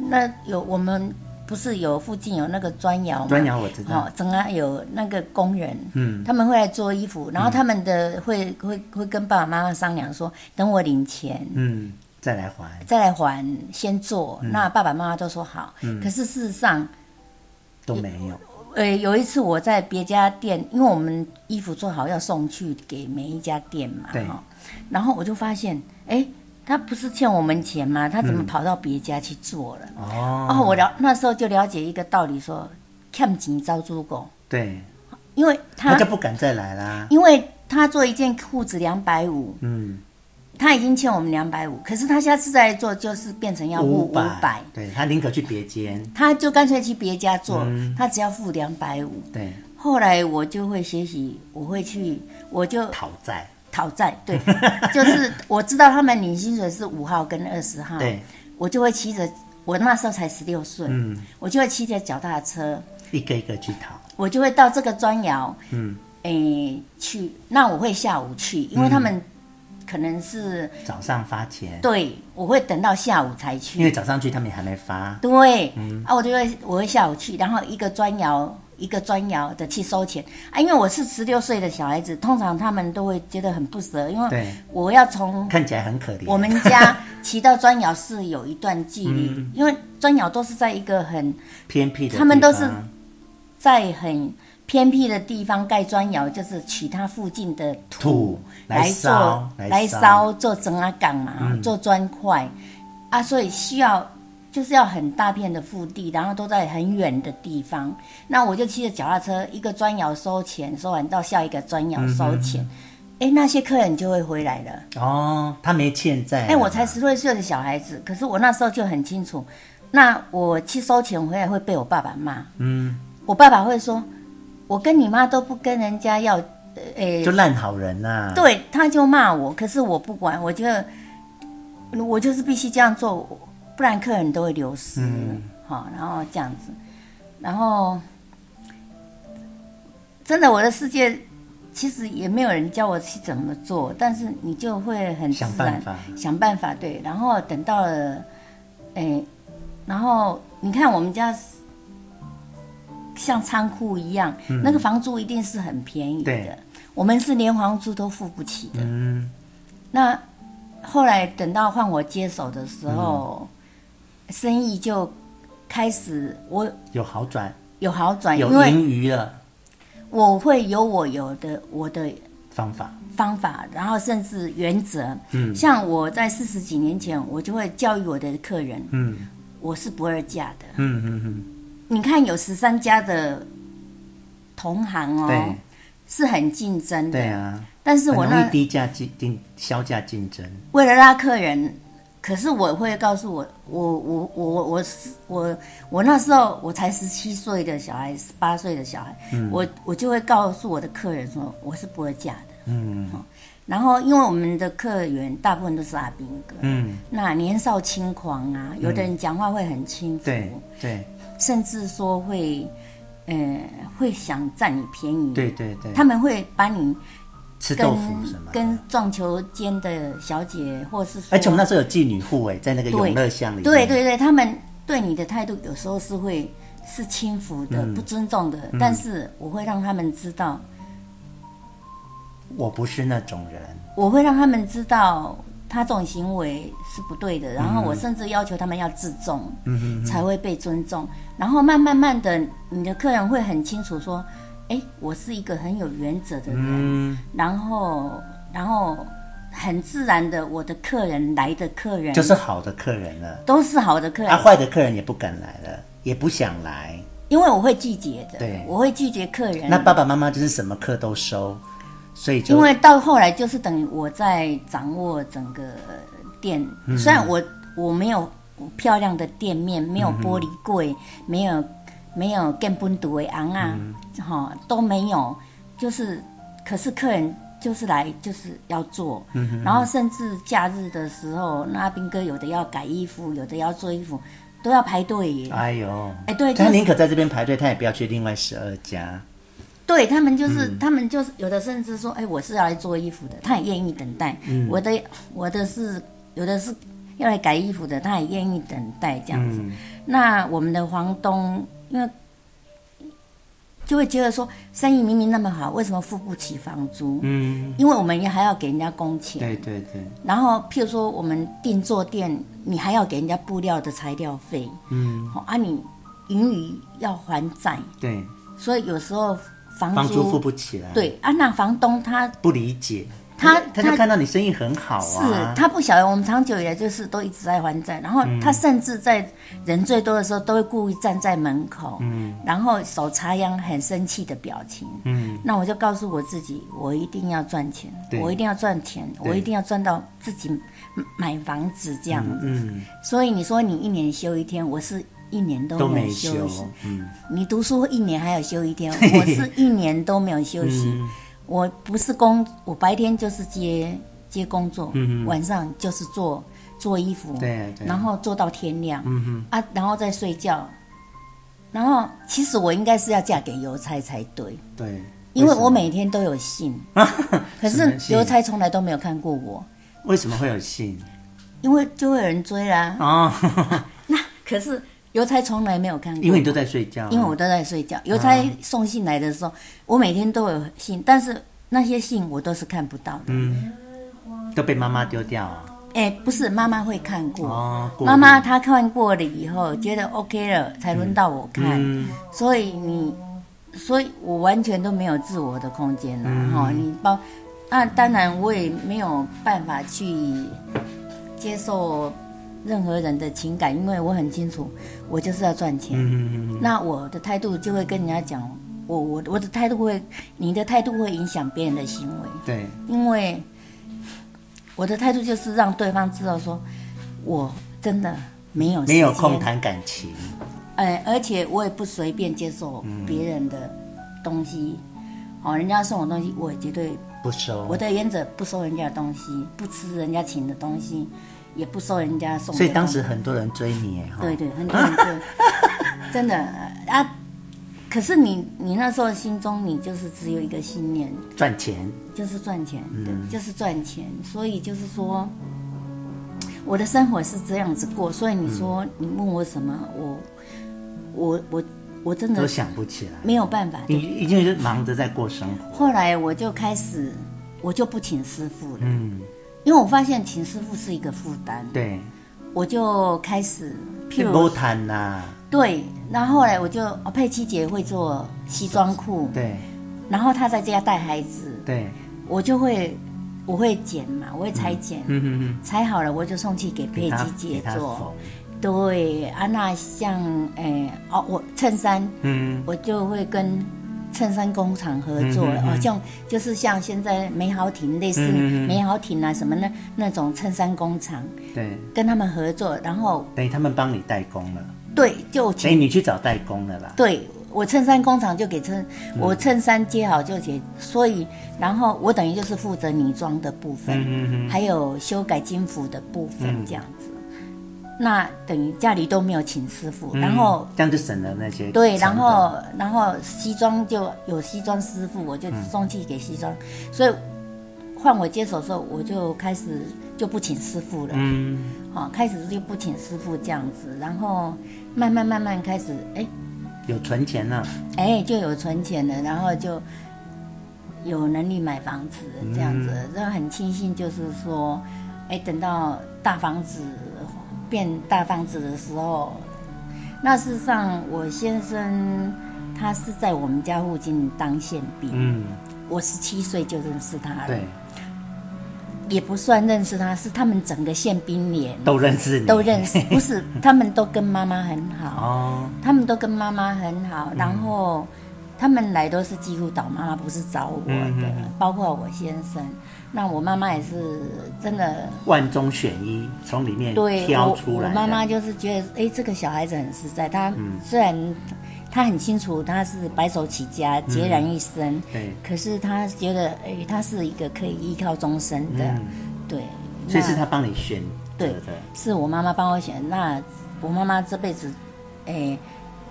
B: 那有我们不是有附近有那个砖窑吗？
A: 砖窑我知道
B: 哦，，真爱有那个工人，
A: 嗯，
B: 他们会来做衣服，然后他们的会会会跟爸爸妈妈商量说，等我领钱，
A: 嗯，再来还
B: 再来还，先做。
A: 嗯
B: 那爸爸妈妈都说好，可是事实上。
A: 都没有，
B: 呃，有一次我在别家店，因为我们衣服做好要送去给每一家店嘛，
A: 对
B: 哈然后我就发现，哎，他不是欠我们钱吗？他怎么跑到别家去做了？
A: 哦，
B: 哦，我了那时候就了解一个道理说，欠钱招猪狗，
A: 对，
B: 因为
A: 他
B: 他
A: 就不敢再来啦，
B: 因为他做一件裤子两百五，
A: 嗯，
B: 他已经欠我们两百五，可是他下次再来做就是变成要付五百，
A: 对他宁可去别间，
B: 他就干脆去别家做，他只要付两百五。
A: 对，
B: 后来我就会学习，我会去，我就
A: 讨债，
B: 讨债，对， 就是我知道他们领薪水是五号跟二十号，
A: 对，
B: 我就会骑着，我那时候才十六岁，嗯，我就会骑着脚踏车，
A: 一个一个去讨，
B: 我就会到这个砖窑，
A: 嗯，
B: 诶、去，那我会下午去，因为他们可能是、
A: 早上发钱，
B: 对，我会等到下午才
A: 因为
B: 去，
A: 早上去他们也还没发，
B: 对，啊，我就会我会下午去，然后一个砖窑。一个砖窑的去收钱啊，因为我是十六岁的小孩子，通常他们都会觉得很不舍，因为
A: 对，
B: 我要从
A: 看起来很可怜，
B: 我们家骑到砖窑是有一段距离，因为砖窑都是在一个很
A: 偏僻的地方，
B: 他们都是在很偏僻的地方盖砖窑，就是取它附近的土
A: 土来
B: 做
A: 烧嗯
B: 来
A: 来
B: 烧做整啊岗嘛，做砖块啊，所以需要。就是要很大片的腹地，然后都在很远的地方。那我就骑着脚踏车，一个砖窑收钱，收完到下一个砖窑
A: 嗯
B: 收钱。哎、那些客人就会回来了。
A: 哦，他没欠债啊，
B: 哎、我才十六岁的小孩子，可是我那时候就很清楚，那我去收钱回来会被我爸爸骂。嗯，我爸爸会说，我跟你妈都不跟人家要，呃，诶
A: 就烂好人啊呐，
B: 对，他就骂我，可是我不管，我觉得我就是必须这样做，不然客人都会流失。
A: 嗯
B: 好、然后这样子，然后真的我的世界其实也没有人教我去怎么做，但是你就会很自
A: 想
B: 然
A: 办法
B: 想办法对，然后等到了，哎，然后你看我们家是像仓库一样，那个房租一定是很便宜的
A: 嗯对，
B: 我们是连房租都付不起的。
A: 嗯，
B: 那后来等到换我接手的时候，
A: 嗯
B: 生意就开始我
A: 有好转，
B: 有好转，
A: 有
B: 因为
A: 盈余了
B: 我会有我有的我的
A: 方法，
B: 方法，然后甚至原则。嗯，像我在四十几年前，我就会教育我的客人，
A: 嗯
B: 我是不二价的。
A: 嗯嗯嗯，
B: 你看有十三家的同行哦
A: 对，
B: 是很竞争的。
A: 对啊，
B: 但是我
A: 很容易
B: 那
A: 低价竞竞销价竞争，
B: 为了拉客人，可是我会告诉我，我我我我我是我我那时候我才十七岁的小孩，十八岁的小孩，
A: 嗯
B: 我我就会告诉我的客人说我是不会嫁的。嗯，然后因为我们的客源大部分都是阿兵哥，
A: 嗯，
B: 那年少轻狂啊，有的人讲话会很轻浮，
A: 对对
B: 甚至说会，呃，会想占你便宜，
A: 对对对，
B: 他们会把你
A: 吃
B: 跟
A: 豆腐什么的。
B: 跟撞球间的小姐，或是说
A: 而且我们那时候有妓女户哎，在那个
B: 对
A: 永乐巷里面。
B: 对对对，他们对你的态度有时候是会是轻浮
A: 嗯
B: 的、不尊重的，但是我会让他们知道，
A: 我不是那种人。
B: 我会让他们知道他这种行为是不对
A: 嗯
B: 的，然后我甚至要求他们要自重，才会被尊重。然后慢慢慢的，你的客人会很清楚说，哎，我是一个很有原则的人，
A: 嗯，
B: 然后然后很自然的，我的客人来的客人
A: 就是好的客人了，
B: 都是好的客人，
A: 啊，坏的客人也不敢来了，也不想来。
B: 因为我会拒绝的，
A: 对
B: 我会拒绝客人。
A: 那爸爸妈妈就是什么课都收，所以就
B: 因为到后来就是等于我在掌握整个店，虽然我我没有漂亮的店面，没有玻璃柜，没有没有更本土的昂啊，哈、都没有，就是可是客人。就是来就是要做，然后甚至假日的时候，那阿兵哥有的要改衣服，有的要做衣服，都要排队耶。
A: 哎呦，
B: 哎对
A: 他
B: 就是
A: 宁可在这边排队，他也不要去另外十二家。
B: 对他们就是、
A: 嗯
B: 他们就是有的甚至说，哎，我是要来做衣服的，他也愿意等待。
A: 嗯
B: 我的我的是有的是要来改衣服的，他也愿意等待这样子。
A: 嗯
B: 那我们的房东因为就会觉得说，生意明明那么好，为什么付不起房租？
A: 嗯，
B: 因为我们也还要给人家工钱。
A: 对对对，
B: 然后，譬如说我们定做店，你还要给人家布料的材料费，
A: 嗯，
B: 好啊，你盈余要还债，
A: 对，
B: 所以有时候房
A: 房租付不起来，，
B: 对啊，那房东他
A: 不理解，
B: 他
A: 他就
B: 他
A: 看到你生意很好
B: 是
A: 啊，
B: 他不晓得，我们长久以来就是都一直在还债，然后他甚至在人最多的时候都会故意站在门口，嗯，然后手插秧，很生气的表情，嗯，那我就告诉我自己，我一定要赚钱，
A: 对
B: 我一定要赚钱，
A: 对
B: 我一定要赚到自己买房子这样子，
A: 嗯，
B: 所以你说你一年休一天，我是一年都
A: 都
B: 没
A: 没
B: 有
A: 修
B: 休息，，
A: 嗯，
B: 你读书一年还有休一 天，我是一年都没有休
A: 嗯
B: 息。我不是工，我白天就是接接工作，晚上就是做做衣服，
A: 嗯对对嗯
B: 然后做到天亮，啊，然后再睡觉。然后其实我应该是要嫁给邮差才对，
A: 对，
B: 因为
A: 什么
B: 我每天都有信，可
A: 什
B: 是
A: 么信
B: 邮差从来都没有看过我，
A: 为什么会有信
B: 因为就会有人追啦。
A: 哦，
B: 那可是邮差从来没有看过我，
A: 因为你都在睡觉啊，
B: 因为我都在睡觉。邮差送信来的时候，我每天都有信，但是那些信我都是看不到的。
A: 嗯都被妈妈丢掉啊，
B: 哎、不是，妈妈会看过。
A: 哦，顾虑
B: 妈妈她看过了以后，觉得 OK 了，才轮到我看。
A: 嗯
B: 所以你，所以我完全都没有自我的空间了
A: 嗯
B: 哈、你包，那当然我也没有办法去接受任何人的情感，因为我很清楚，我就是要赚钱。
A: 嗯嗯
B: 那我的态度就会跟人家讲，我我我的态度会，你的态度会影响别人的行为，
A: 嗯，对，
B: 因为我的态度就是让对方知道说，我真的没有时间
A: 没有空，谈感情，
B: 哎、而且我也不随便接受别人的东西，哦，人家送我东西，我也绝对
A: 不收
B: 我，的原则不收人家的东西，不吃人家请的东西，也不收人家送的东西。
A: 所以当时很多人追你哎，哈
B: 对，对，很多人就 真的啊。可是你你那时候心中你就是只有一个信念，
A: 赚钱，
B: 就是赚钱，
A: 嗯
B: 对，就是赚钱。所以就是说，我的生活是这样子过。所以你说、
A: 嗯
B: 你问我什么，我我我我真
A: 都
B: 的
A: 想不起来，
B: 没有办法。
A: 你一定是忙着在过生活，
B: 后来我就开始，我就不请师傅了，
A: 嗯，
B: 因为我发现请师傅是一个负担，
A: 对，
B: 我就开始，譬如
A: 不谈呐，
B: 对，然后后来我就哦佩奇姐会做西装裤，
A: 对
B: 然后她在家带孩子，
A: 对，
B: 我就会我会剪嘛，我会裁剪，
A: 嗯嗯嗯，
B: 裁好了我就送去给佩
A: 给他
B: 奇
A: 给
B: 姐
A: 他
B: 做。
A: 缝，
B: 对，啊，那像诶、呃哦，我衬衫
A: 嗯，
B: 我就会跟衬衫工厂合作了、哦，像就是像现在美好亭类似
A: 嗯嗯嗯
B: 美好亭啊什么那那种衬衫工厂，
A: 对，
B: 跟他们合作，然后
A: 等于他们帮你代工了，
B: 对就请
A: 等于你去找代工了啦。
B: 对我衬衫工厂就给衬，
A: 嗯
B: 我衬衫接好就给，所以然后我等于就是负责女装的部
A: 嗯
B: 分，还有修改金服的部分这样子。那等于家里都没有请师傅，
A: 嗯
B: 然后
A: 这样就省了那些
B: 对，
A: 成
B: 然
A: 本
B: 后然后西装就有西装师傅，我就送去给西装，所以换我接手的时候，我就开始就不请师傅了，
A: 嗯，
B: 哦，开始就不请师傅这样子，然后慢慢慢慢开始，哎，
A: 有存钱啊了，
B: 哎，就有存钱了，然后就有能力买房子这样子，
A: 嗯
B: 然后很庆幸就是说，哎，等到大房子变大房子的时候，那事实上我先生他是在我们家附近当宪兵，
A: 嗯，
B: 我十七岁就认识他了
A: 对，，
B: 也不算认识他，是他们整个宪兵连
A: 都认识你，
B: 都认识，不是他们都跟妈妈很好。
A: 哦，
B: 他们都跟妈妈很好，
A: 嗯
B: 然后他们来都是几乎找妈妈，不是找我的，
A: 嗯嗯
B: 包括我先生。那我妈妈也是真的
A: 万中选一，从里面
B: 对
A: 嗯挑
B: 我，
A: 出
B: 我
A: 来的。嗯
B: 妈妈就是觉得，哎，这个小孩子很实在。她虽然她很清楚她是白手起家，孑然一身，
A: 对，
B: 可是她觉得，哎，她是一个可以依靠终身的，
A: 嗯，
B: 对。
A: 所以
B: 那
A: 是他帮你选择
B: 对嗯
A: 的，
B: 是我妈妈帮我选。那我妈妈这辈子，诶，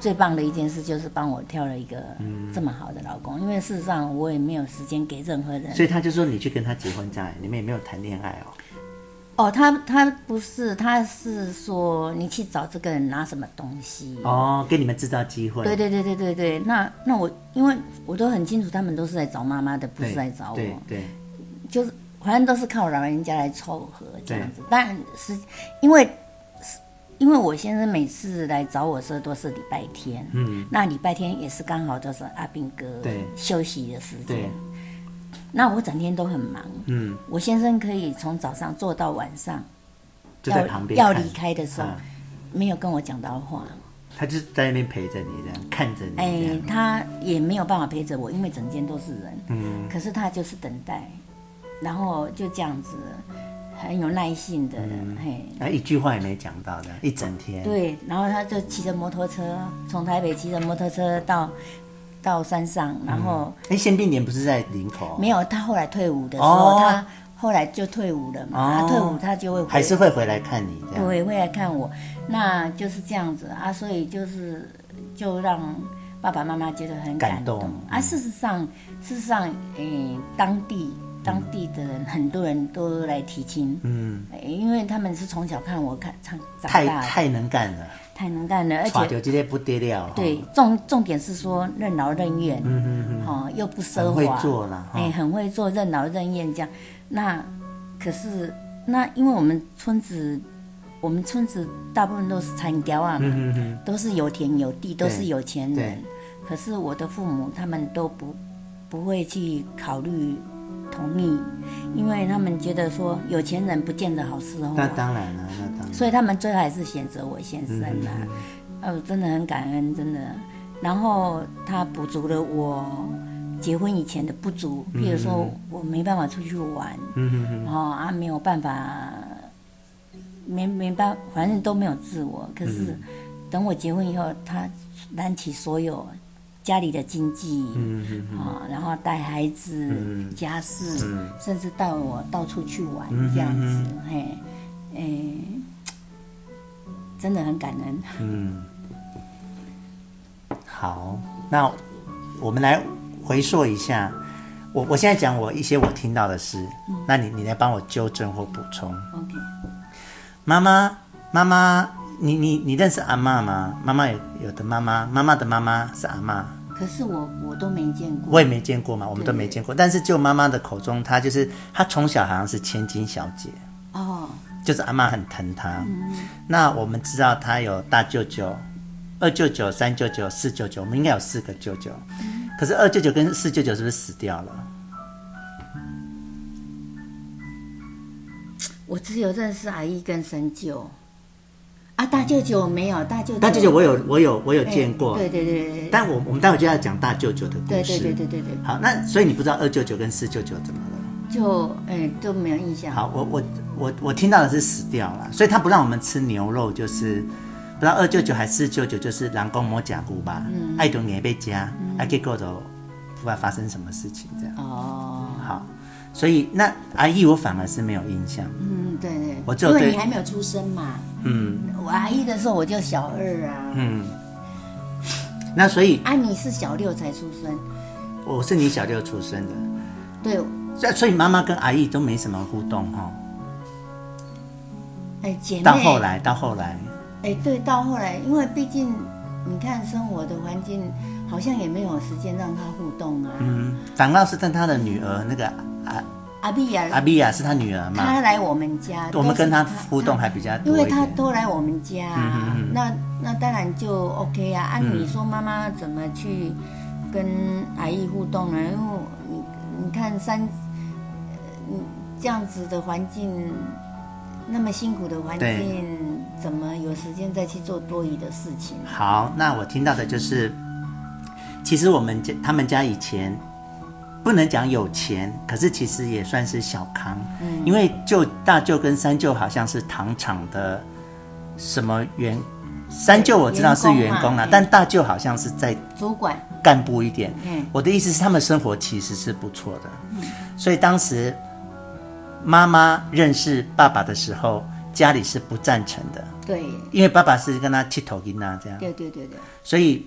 B: 最棒的一件事就是帮我挑了一个
A: 嗯
B: 这么好的老公，因为事实上我也没有时间给任何人。
A: 所以他就说你去跟他结婚这样，你们也没有谈恋爱哦。
B: 哦，他他不是，他是说你去找这个人拿什么东西。
A: 哦，给你们制造机会。
B: 嗯对对对对对对，那那我因为我都很清楚，他们都是来找妈妈的，不
A: 对，
B: 是来找我。
A: 对对，
B: 就是好像都是靠老人家来凑合这样子。但是因为因为我先生每次来找我的时候都是礼拜天，嗯，那礼拜天也是刚好都是阿兵哥
A: 对
B: 休息的时
A: 对
B: 间。那我整天都很忙，
A: 嗯，
B: 我先生可以从早上做到晚上，
A: 就在
B: 要
A: 旁边
B: 要
A: 看
B: 离开的时候，
A: 啊
B: 没有跟我讲到话，
A: 他就在那边陪着你这样，看着你
B: 哎、
A: 嗯这样。
B: 他也没有办法陪着我，因为整间都是人。嗯。可是他就是等待，然后就这样子，很有耐性的，
A: 嗯
B: 嘿。
A: 那啊一句话也没讲到的，一整天。
B: 对，然后他就骑着摩托车从台北骑着摩托车到到山上，然后、
A: 哎，宪兵连不是在林口，
B: 没有他后来退伍的时
A: 哦
B: 候，他后来就退伍了
A: 哦
B: 嘛，他退伍他就会回
A: 还是会回来看你这样。
B: 对，会来看我，那就是这样子啊，所以就是就让爸爸妈妈觉得很
A: 感
B: 感动
A: 动
B: 啊。事实上，事实上，诶、当地当地的人、很多人都来提亲，嗯、因为他们是从小看我看长长
A: 太
B: 大的，
A: 太能干了，
B: 太能干了，而
A: 耍
B: 且
A: 掉这些不得了。哦
B: 对，重重点是说任劳任怨，嗯嗯哦，又不奢
A: 很
B: 华，
A: 会做啦哈
B: 哎、很会做，任劳任怨这样。那可是那因为我们村子，我们村子大部分都是产雕啊嘛，都是有田有地，都是有钱
A: 嗯对
B: 人。可是我的父母他们都不不会去考虑同意，因为他们觉得说有钱人不见得好伺候、啊。
A: 那当嗯然了，那当然。
B: 所以他们最后还是选择我先生啊啦、呃，我真的很感恩，真的。然后他补足了我结婚以前的不足，譬如说我没办法出去玩，
A: 嗯
B: 然后啊没有办法，没没办，反正都没有自我。可是等我结婚以后，他担起所有家里的经济，
A: 嗯
B: 啊、然后带孩子、家事，
A: 嗯
B: 甚至带我到处去玩这样子，嘿，诶，真的很感恩。
A: 好，那我们来回溯一下，我我现在讲我一些我听到的事，那你你来帮我纠正或补充。
B: OK，
A: 妈妈，妈妈，你你你认识阿嬷吗？妈妈有有的妈妈，妈妈的妈妈是阿嬷，
B: 可是我我都没见过，
A: 我也没见过嘛，我们都没见过。但是就妈妈的口中，她就是她从小好像是千金小姐，
B: 哦，
A: 就是阿嬷很疼她。那我们知道她有大舅舅、二舅舅、三舅舅、四舅舅，我们应该有四个舅舅。可是二舅舅跟四舅舅是不是死掉了？
B: 我只有认识阿姨跟神舅，啊，大舅舅没有，大舅
A: 大舅舅我有我有我有见过，
B: 对对对对对
A: 但我我们待会就要讲大舅舅的故
B: 对
A: 事。
B: 对对对对对，
A: 好，那所以你不知道二舅舅跟四舅舅怎么了？
B: 就哎都没有印象。
A: 好，我我我我听到的是死掉了，所以他不让我们吃牛肉，就是不知道二舅舅还是四舅舅，就是狼公摸甲骨吧，
B: 嗯
A: 爱顿也被夹，爱给狗走，不知道发生什么事情这样。
B: 哦，
A: 好，所以那阿姨我反而是没有印象，
B: 嗯，对对，
A: 我只有
B: 因为
A: 对
B: 你还没有出生嘛，
A: 嗯
B: 我阿姨的时候我就小二啊，
A: 嗯。那所以
B: 啊，你是小六才出生，
A: 我是你小六出生的，
B: 对，
A: 所以所以妈妈跟阿姨都没什么互动哈、哦。
B: 哎，姐妹，
A: 到后，来，到后来，
B: 哎，对，到后来，因为毕竟你看生活的环境好像也没有时间让她互动啊，
A: 嗯，反倒是跟他的女儿那个阿
B: 阿碧啊呀、
A: 阿比亚是他女儿嘛，
B: 她来我们家，
A: 我们跟
B: 她
A: 他互动还比较
B: 因
A: 多一
B: 为他
A: 点。
B: 都来我们家啊、
A: 嗯嗯嗯
B: 那那当然就 OK 啊。按、你说妈妈怎么去
A: 嗯
B: 跟阿姨互动呢？因为你你看三，呃嗯这样子的环境，那么辛苦的环境，怎么有时间再去做多余的事情？
A: 好，那我听到的就是，其实我们家他们家以前不能讲有钱，可是其实也算是小康，
B: 嗯
A: 因为舅大舅跟三舅好像是糖厂的什么员，三舅我知道是员
B: 员
A: 工
B: 工
A: 啦
B: 嘛，嗯
A: 但大舅好像是在
B: 主管，
A: 干部一点。
B: 嗯
A: 我的意思是，他们生活其实是不错的。所以当时妈妈认识爸爸的时候，家里是不赞成的，
B: 对
A: 因为爸爸是跟他剃头巾啊这样，
B: 对对对对
A: 所以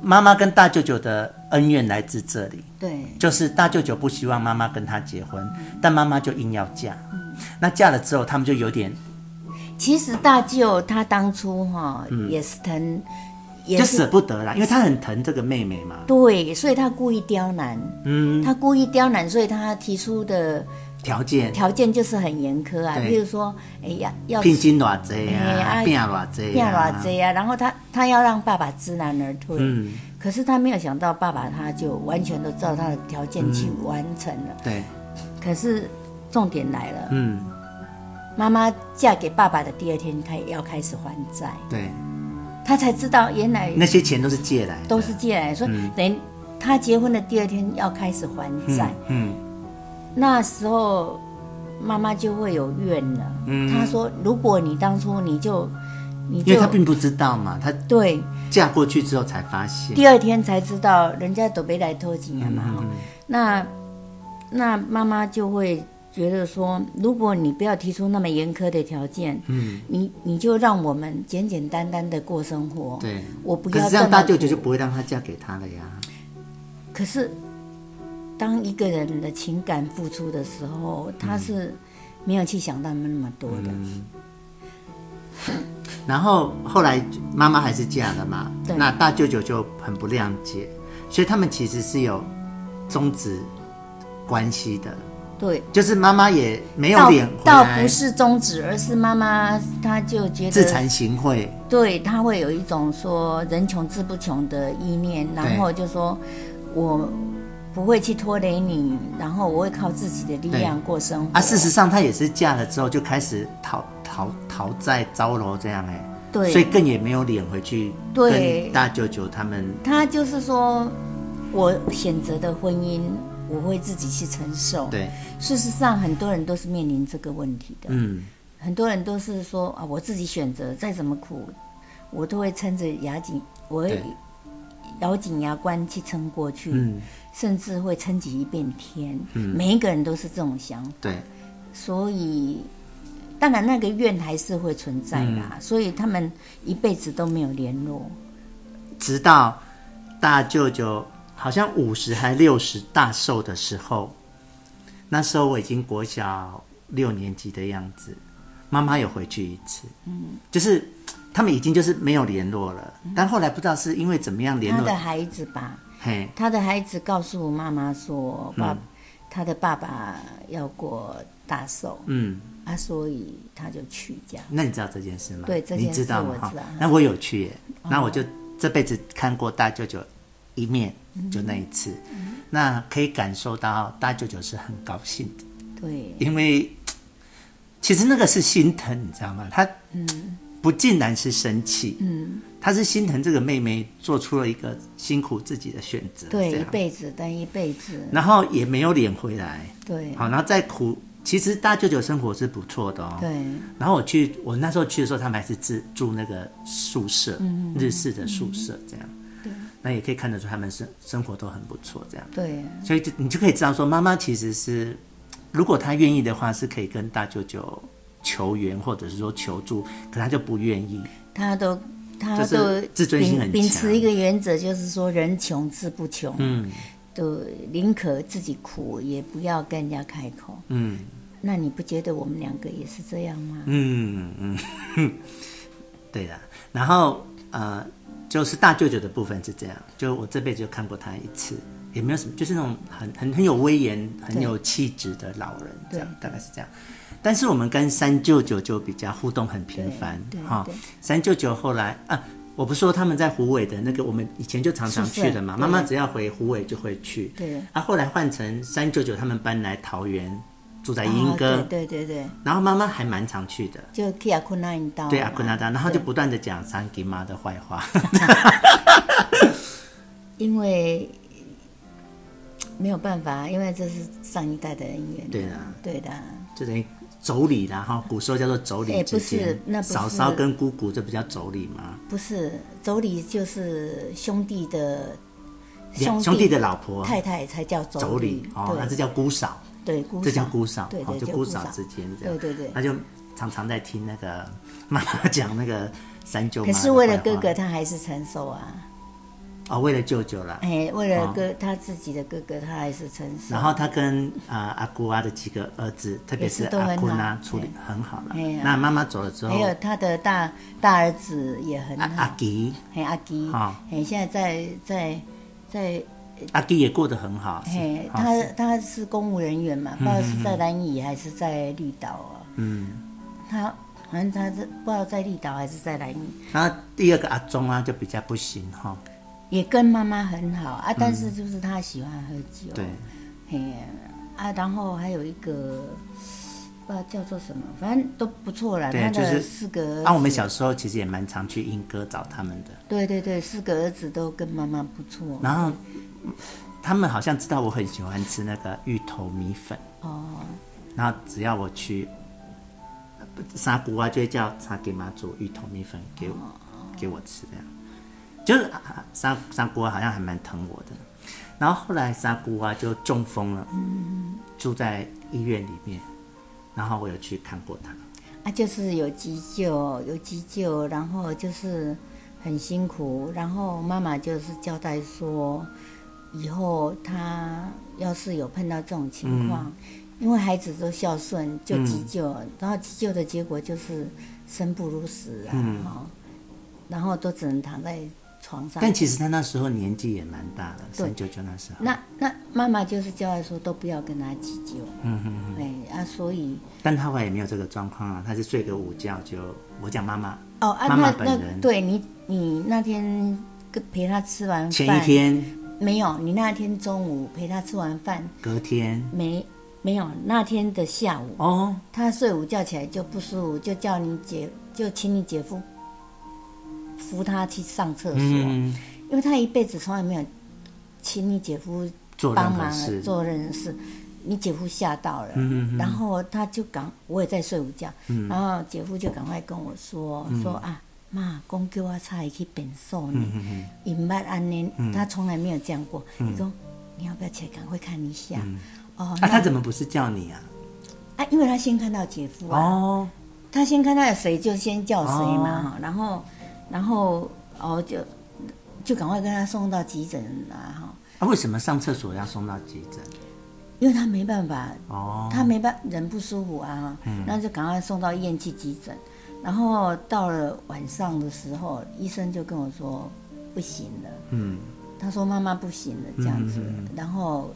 A: 妈妈跟大舅舅的恩怨来自这里。
B: 对，
A: 就是大舅舅不希望妈妈跟他结婚，但妈妈就硬要嫁。那嫁了之后，他们就有点
B: 其实大舅他当初哈、也是疼，也
A: 嗯就是舍不得啦，因为他很疼这个妹妹嘛。
B: 对，所以他故意刁难，
A: 嗯，
B: 他故意刁难，所以他提出的
A: 条件
B: 条件就是很严苛啊，
A: 对
B: 譬如说，哎呀，要
A: 聘金偌济
B: 哎
A: 啊，
B: 啊
A: 变偌济，
B: 变偌，济啊，然后他他要让爸爸知难而退，
A: 嗯，
B: 可是他没有想到爸爸他就完全都照他的条件去完成了，
A: 对，
B: 可是重点来了，
A: 嗯。
B: 妈妈嫁给爸爸的第二天开要开始还债，
A: 对，
B: 他才知道原来
A: 那嗯些钱都是借来的，
B: 都是借来，所以等于他结婚的第二天要开始还债，
A: 嗯，
B: 那时候妈妈就会有怨了。
A: 嗯
B: 她说：“如果你当初你就，你
A: 因
B: 就
A: 为她并不知道嘛，她
B: 对，
A: 嫁过去之后才发现，
B: 第二天才知道人家都没来偷情了嘛。
A: 嗯
B: 哈那那妈妈就会觉得说，如果你不要提出那么严苛的条件，嗯，你你就让我们简简单单的过生活。
A: 对，
B: 我不
A: 可
B: 要
A: 是这
B: 这
A: 样大
B: 么。
A: 舅舅就不会让她嫁给他了呀，
B: 可是，当一个人的情感付出的时候，
A: 嗯
B: 他是没有去想到那么多的。
A: 然后后来妈妈还是嫁了嘛，
B: 对
A: 那大舅舅就很不谅解，所以他们其实是有终止关系的，
B: 对，
A: 就是妈妈也没有
B: 倒
A: 脸回
B: 倒
A: 来
B: 不是终止，而是妈妈她就觉
A: 自
B: 得，
A: 惭形秽，
B: 对她会有一种说人穷志不穷的意念，然后就说我不会去拖累你，然后我会靠自己的力量过生活。
A: 啊，事实上她也是嫁了之后就开始讨讨讨债招楼这样哎、
B: 对，
A: 所以更也没有脸回去
B: 对
A: 跟大舅舅他们
B: 她就是说我选择的婚姻，我会自己去承受。
A: 对，
B: 事实上，很多人都是面临这个问题的。
A: 嗯，
B: 很多人都是说啊，我自己选择，再怎么苦，我都会撑着牙紧，我会
A: 对
B: 咬紧牙关去撑过去，
A: 嗯
B: 甚至会撑起一片天。每一个人都是这种想法，
A: 对，
B: 所以当然那个怨还是会存在啦。
A: 嗯
B: 所以他们一辈子都没有联络。
A: 直到大舅舅好像五十还六十大寿的时候，那时候我已经国小六年级的样子，妈妈有回去一次，嗯，就是他们已经就是没有联络了，
B: 嗯
A: 但后来不知道是因为怎么样联
B: 他
A: 络
B: 的，孩子吧，
A: 嘿，
B: 他的孩子告诉妈妈说，
A: 嗯
B: 爸，他的爸爸要过大寿，
A: 嗯，
B: 啊，所以他就去这样。
A: 那你知道这件事吗？
B: 对这件
A: 你知道吗
B: 事？我
A: 哈
B: 知道哦
A: 那我有去耶，那我就这辈子看过大舅舅一面，就那一次，
B: 嗯
A: 那可以感受到大舅舅是很高兴的。
B: 对，
A: 因为其实那个是心疼，你知道吗？他嗯，不尽然是生气，嗯，他是心疼这个妹妹做出了一个辛苦自己的选择，
B: 对，
A: 这
B: 一
A: 样
B: 辈子但一辈子，
A: 然后也没有脸回来，
B: 对
A: 好，然后再苦。其实大舅舅生活是不错的哦，
B: 对
A: 然后我去，我那时候去的时候，他们还是自住那个宿
B: 嗯
A: 舍，日式的宿舍这样。那也可以看得出他们生生活都很不错这样，
B: 对
A: 所以就你就可以知道说，妈妈其实是，如果她愿意的话，是可以跟大舅舅求援或者是说求助，可她就不愿意。
B: 他都他
A: 就是
B: 都
A: 自尊心很
B: 秉秉
A: 强
B: 持一个原则，就是说人穷志不穷，嗯，都宁可自己苦，也不要跟人家开口。
A: 嗯
B: 那你不觉得我们两个也是这样吗？
A: 嗯嗯，对的。然后呃，就是大舅舅的部分是这样，就我这辈子就看过他一次，也没有什么，就是那种很很很有威严、很
B: 对
A: 有气质的老人，这样
B: 对
A: 大概是这样。但是我们跟三舅舅就比较互动很频繁
B: 对，对
A: 哈、
B: 对
A: 三舅舅后来啊，我不是说他们在湖尾的那个，我们以前就常常
B: 宿舍
A: 去的嘛，
B: 对
A: 妈妈只要回湖尾就会去。
B: 对
A: 啊，后来换成三舅舅他们搬来桃园，住在莺
B: 啊，
A: 歌、
B: 对对对对，
A: 然后妈妈还蛮常去的，
B: 就 k i a k u n a 刀嘛，
A: 对阿啊坤阿达，然后就
B: 哦哎对
A: 不断的讲三姨妈的坏话，
B: 因为没有办法，因为这是上一代的恩怨，
A: 对啊，
B: 对的啊，
A: 就等于妯娌啦哈，古时候叫做妯娌
B: 哎
A: 之
B: 不是
A: 间，
B: 那不是
A: 嫂嫂跟姑姑这不叫妯娌吗？
B: 不是妯娌就是兄弟的
A: 两兄弟的老婆
B: 太太才叫妯
A: 妯娌哦，那这
B: 对
A: 叫姑嫂，
B: 对，姑嫂
A: 这叫姑嫂
B: 对，
A: 哦
B: 对，
A: 就
B: 叫
A: 姑
B: 姑
A: 嫂之间这样，
B: 对对对
A: 他就常常在听那个妈妈讲那个三舅妈
B: 可
A: 的
B: 是为了
A: 坏话
B: 哥哥，他还是承受啊！
A: 哦，为了舅舅啦，
B: 哎，为了哥他自己的哥哥，他还是承受。
A: 哦然后他跟啊、呃阿姑啊的几个儿子，特别
B: 也
A: 是
B: 是都
A: 阿
B: 很
A: 坤啊
B: 好，
A: 处理很好了
B: 哎呀。哎
A: 那妈妈走了之后
B: 还，有他的大大儿子也很
A: 阿阿
B: 好，
A: 吉
B: 嘿阿基
A: 啊，
B: 嘿现在在在在，
A: 阿基也过得很好，是
B: 嘿
A: 好
B: 他
A: 是嗯
B: 他是公务人员嘛，不知道是在南屿还是在绿岛啊。嗯，他好像他是不知道在绿岛还是在南屿，
A: 然后第二个阿忠啊就比较不行哈、
B: 也跟妈妈很好啊，但是就是他喜欢喝酒，
A: 嗯对，
B: 嘿啊，然后还有一个不知道叫做什么，反正都不错啦。
A: 对
B: 他
A: 就是
B: 的四个儿子，
A: 那、啊我们小时候其实也蛮常去英歌找他们的，
B: 对对对，四个儿子都跟妈妈不错。
A: 然后嗯他们好像知道我很喜欢吃那个芋头米粉，
B: 哦，
A: 然后只要我去沙姑啊，就会叫沙给妈煮芋头米粉给
B: 哦
A: 我、给我吃，这样就是啊啊沙沙姑啊好像还蛮疼我的。然后后来沙姑啊就中风了，住在医院里面，然后我有去看过她。
B: 啊，就是有急救，有急救，然后就是很辛苦，然后妈妈就是交代说，以后他要是有碰到这种情况，因为孩子都孝顺，就急救，然后急救的结果就是生不如死啊，哦然后都只能躺在床上。
A: 但其实他那时候年纪也蛮大的，
B: 对
A: 三九九那时候，
B: 那那妈妈就是交代说，都不要跟他急救，嗯嗯哎啊，所以
A: 但他后来也没有这个状况啊，他是睡个午觉就我讲妈妈
B: 哦啊，
A: 妈妈
B: 那
A: 本人
B: 那对你你那天跟陪他吃完饭，
A: 前一天、
B: 没有，你那天中午陪他吃完饭
A: 隔天
B: 没没有？那天的下午，
A: 哦，
B: 他睡午觉起来就不舒服，就叫你姐，就请你姐夫扶他去上厕所，
A: 嗯，
B: 因为他一辈子从来没有请你姐夫
A: 做任
B: 帮
A: 何
B: 忙啊
A: 事，
B: 做任何事。你姐夫吓到了，
A: 嗯嗯嗯嗯
B: 然后他就赶，我也在睡午觉，然后姐夫就赶快跟我说、说啊，妈，公叫我差去变瘦
A: 嗯
B: 呢，因捌安尼，他从来没有这样过。
A: 嗯
B: 你说你要不要起来赶快看一下？哦，
A: 啊，
B: 那
A: 他怎么不是叫你啊？
B: 啊，因为他先看到姐夫啊，
A: 哦，
B: 他先看到谁就先叫谁嘛哈、然后然后哦就就赶快跟他送到急诊啊哈，
A: 啊，为什么上厕所要送到急诊？
B: 因为他没办法
A: 哦，
B: 他没办人不舒服啊，
A: 嗯
B: 那就赶快送到医院去急诊。然后到了晚上的时候，医生就跟我说不行了，
A: 嗯，
B: 他说妈妈不行了这样子，然后，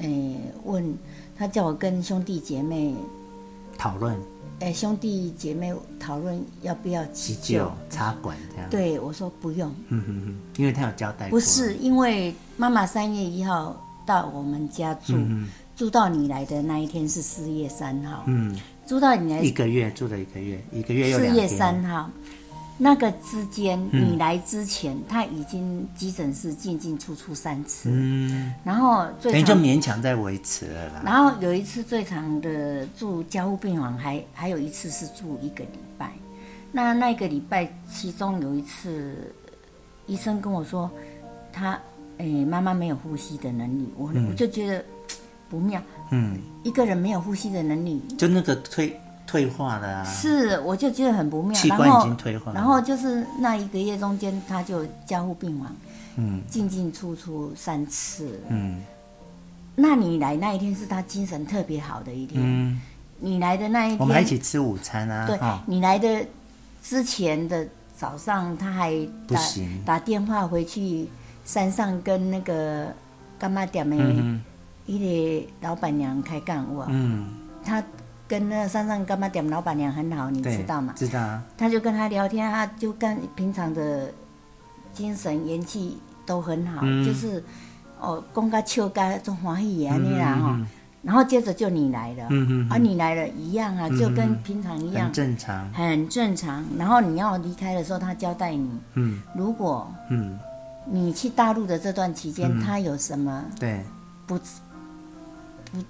B: 诶、问他叫我跟兄弟姐妹，
A: 讨论
B: 诶、兄弟姐妹讨论要不要急
A: 急
B: 救。
A: 救插管这样，，
B: 对，我说不用，
A: 嗯嗯嗯，因为他有交代过，
B: 不是因为妈妈三月一号到我们家住，住到你来的那一天是四月三号，
A: 嗯，
B: 住到你
A: 一
B: 来
A: 个月住了一个月，一个月又
B: 四
A: 两
B: 月
A: 天。嗯
B: 三号那个之间，你来之前他已经急诊室进进出出三次，
A: 嗯，
B: 然后
A: 等于
B: 最
A: 就
B: 长，
A: 勉强在维持了啦。
B: 然后有一次最长的住加护病房还还有一次是住一个礼拜，那那个礼拜其中有一次医生跟我说他诶妈妈没有呼吸的能力，我、我就觉得不妙，
A: 嗯，
B: 一个人没有呼吸的能力，
A: 就那个退退化了啊，
B: 是，我就觉得很不妙。
A: 器
B: 然
A: 官已
B: 后，
A: 经退化了
B: 然后就是那一个月中间，他就加护病房，嗯，进进出出三次。
A: 嗯
B: 那你来那一天是他精神特别好的一天。
A: 嗯，
B: 你来的那一天，
A: 我们还一起吃午餐啊，
B: 对、
A: 哈
B: 你来的之前的早上，他还
A: 不
B: 打
A: 行
B: 打电话回去山上跟那个干妈店的
A: 嗯
B: 一个老板娘开干哇，
A: 嗯，
B: 他跟那个山上干妈店老板娘很好，你
A: 对，
B: 知道吗？
A: 知道啊，
B: 他就跟他聊天，他就跟平常的精神元气都很好，
A: 嗯
B: 就是哦，公家笑家中欢喜啊那啦哈、
A: 嗯嗯
B: 然后接着就你来了，
A: 嗯嗯嗯
B: 啊，你来了一样啊，就跟平常一样
A: 很，正常，
B: 很正常。然后你要离开的时候，他交代你，
A: 嗯
B: 如果
A: 嗯，
B: 你去大陆的这段期间，他有什么
A: 对，
B: 不不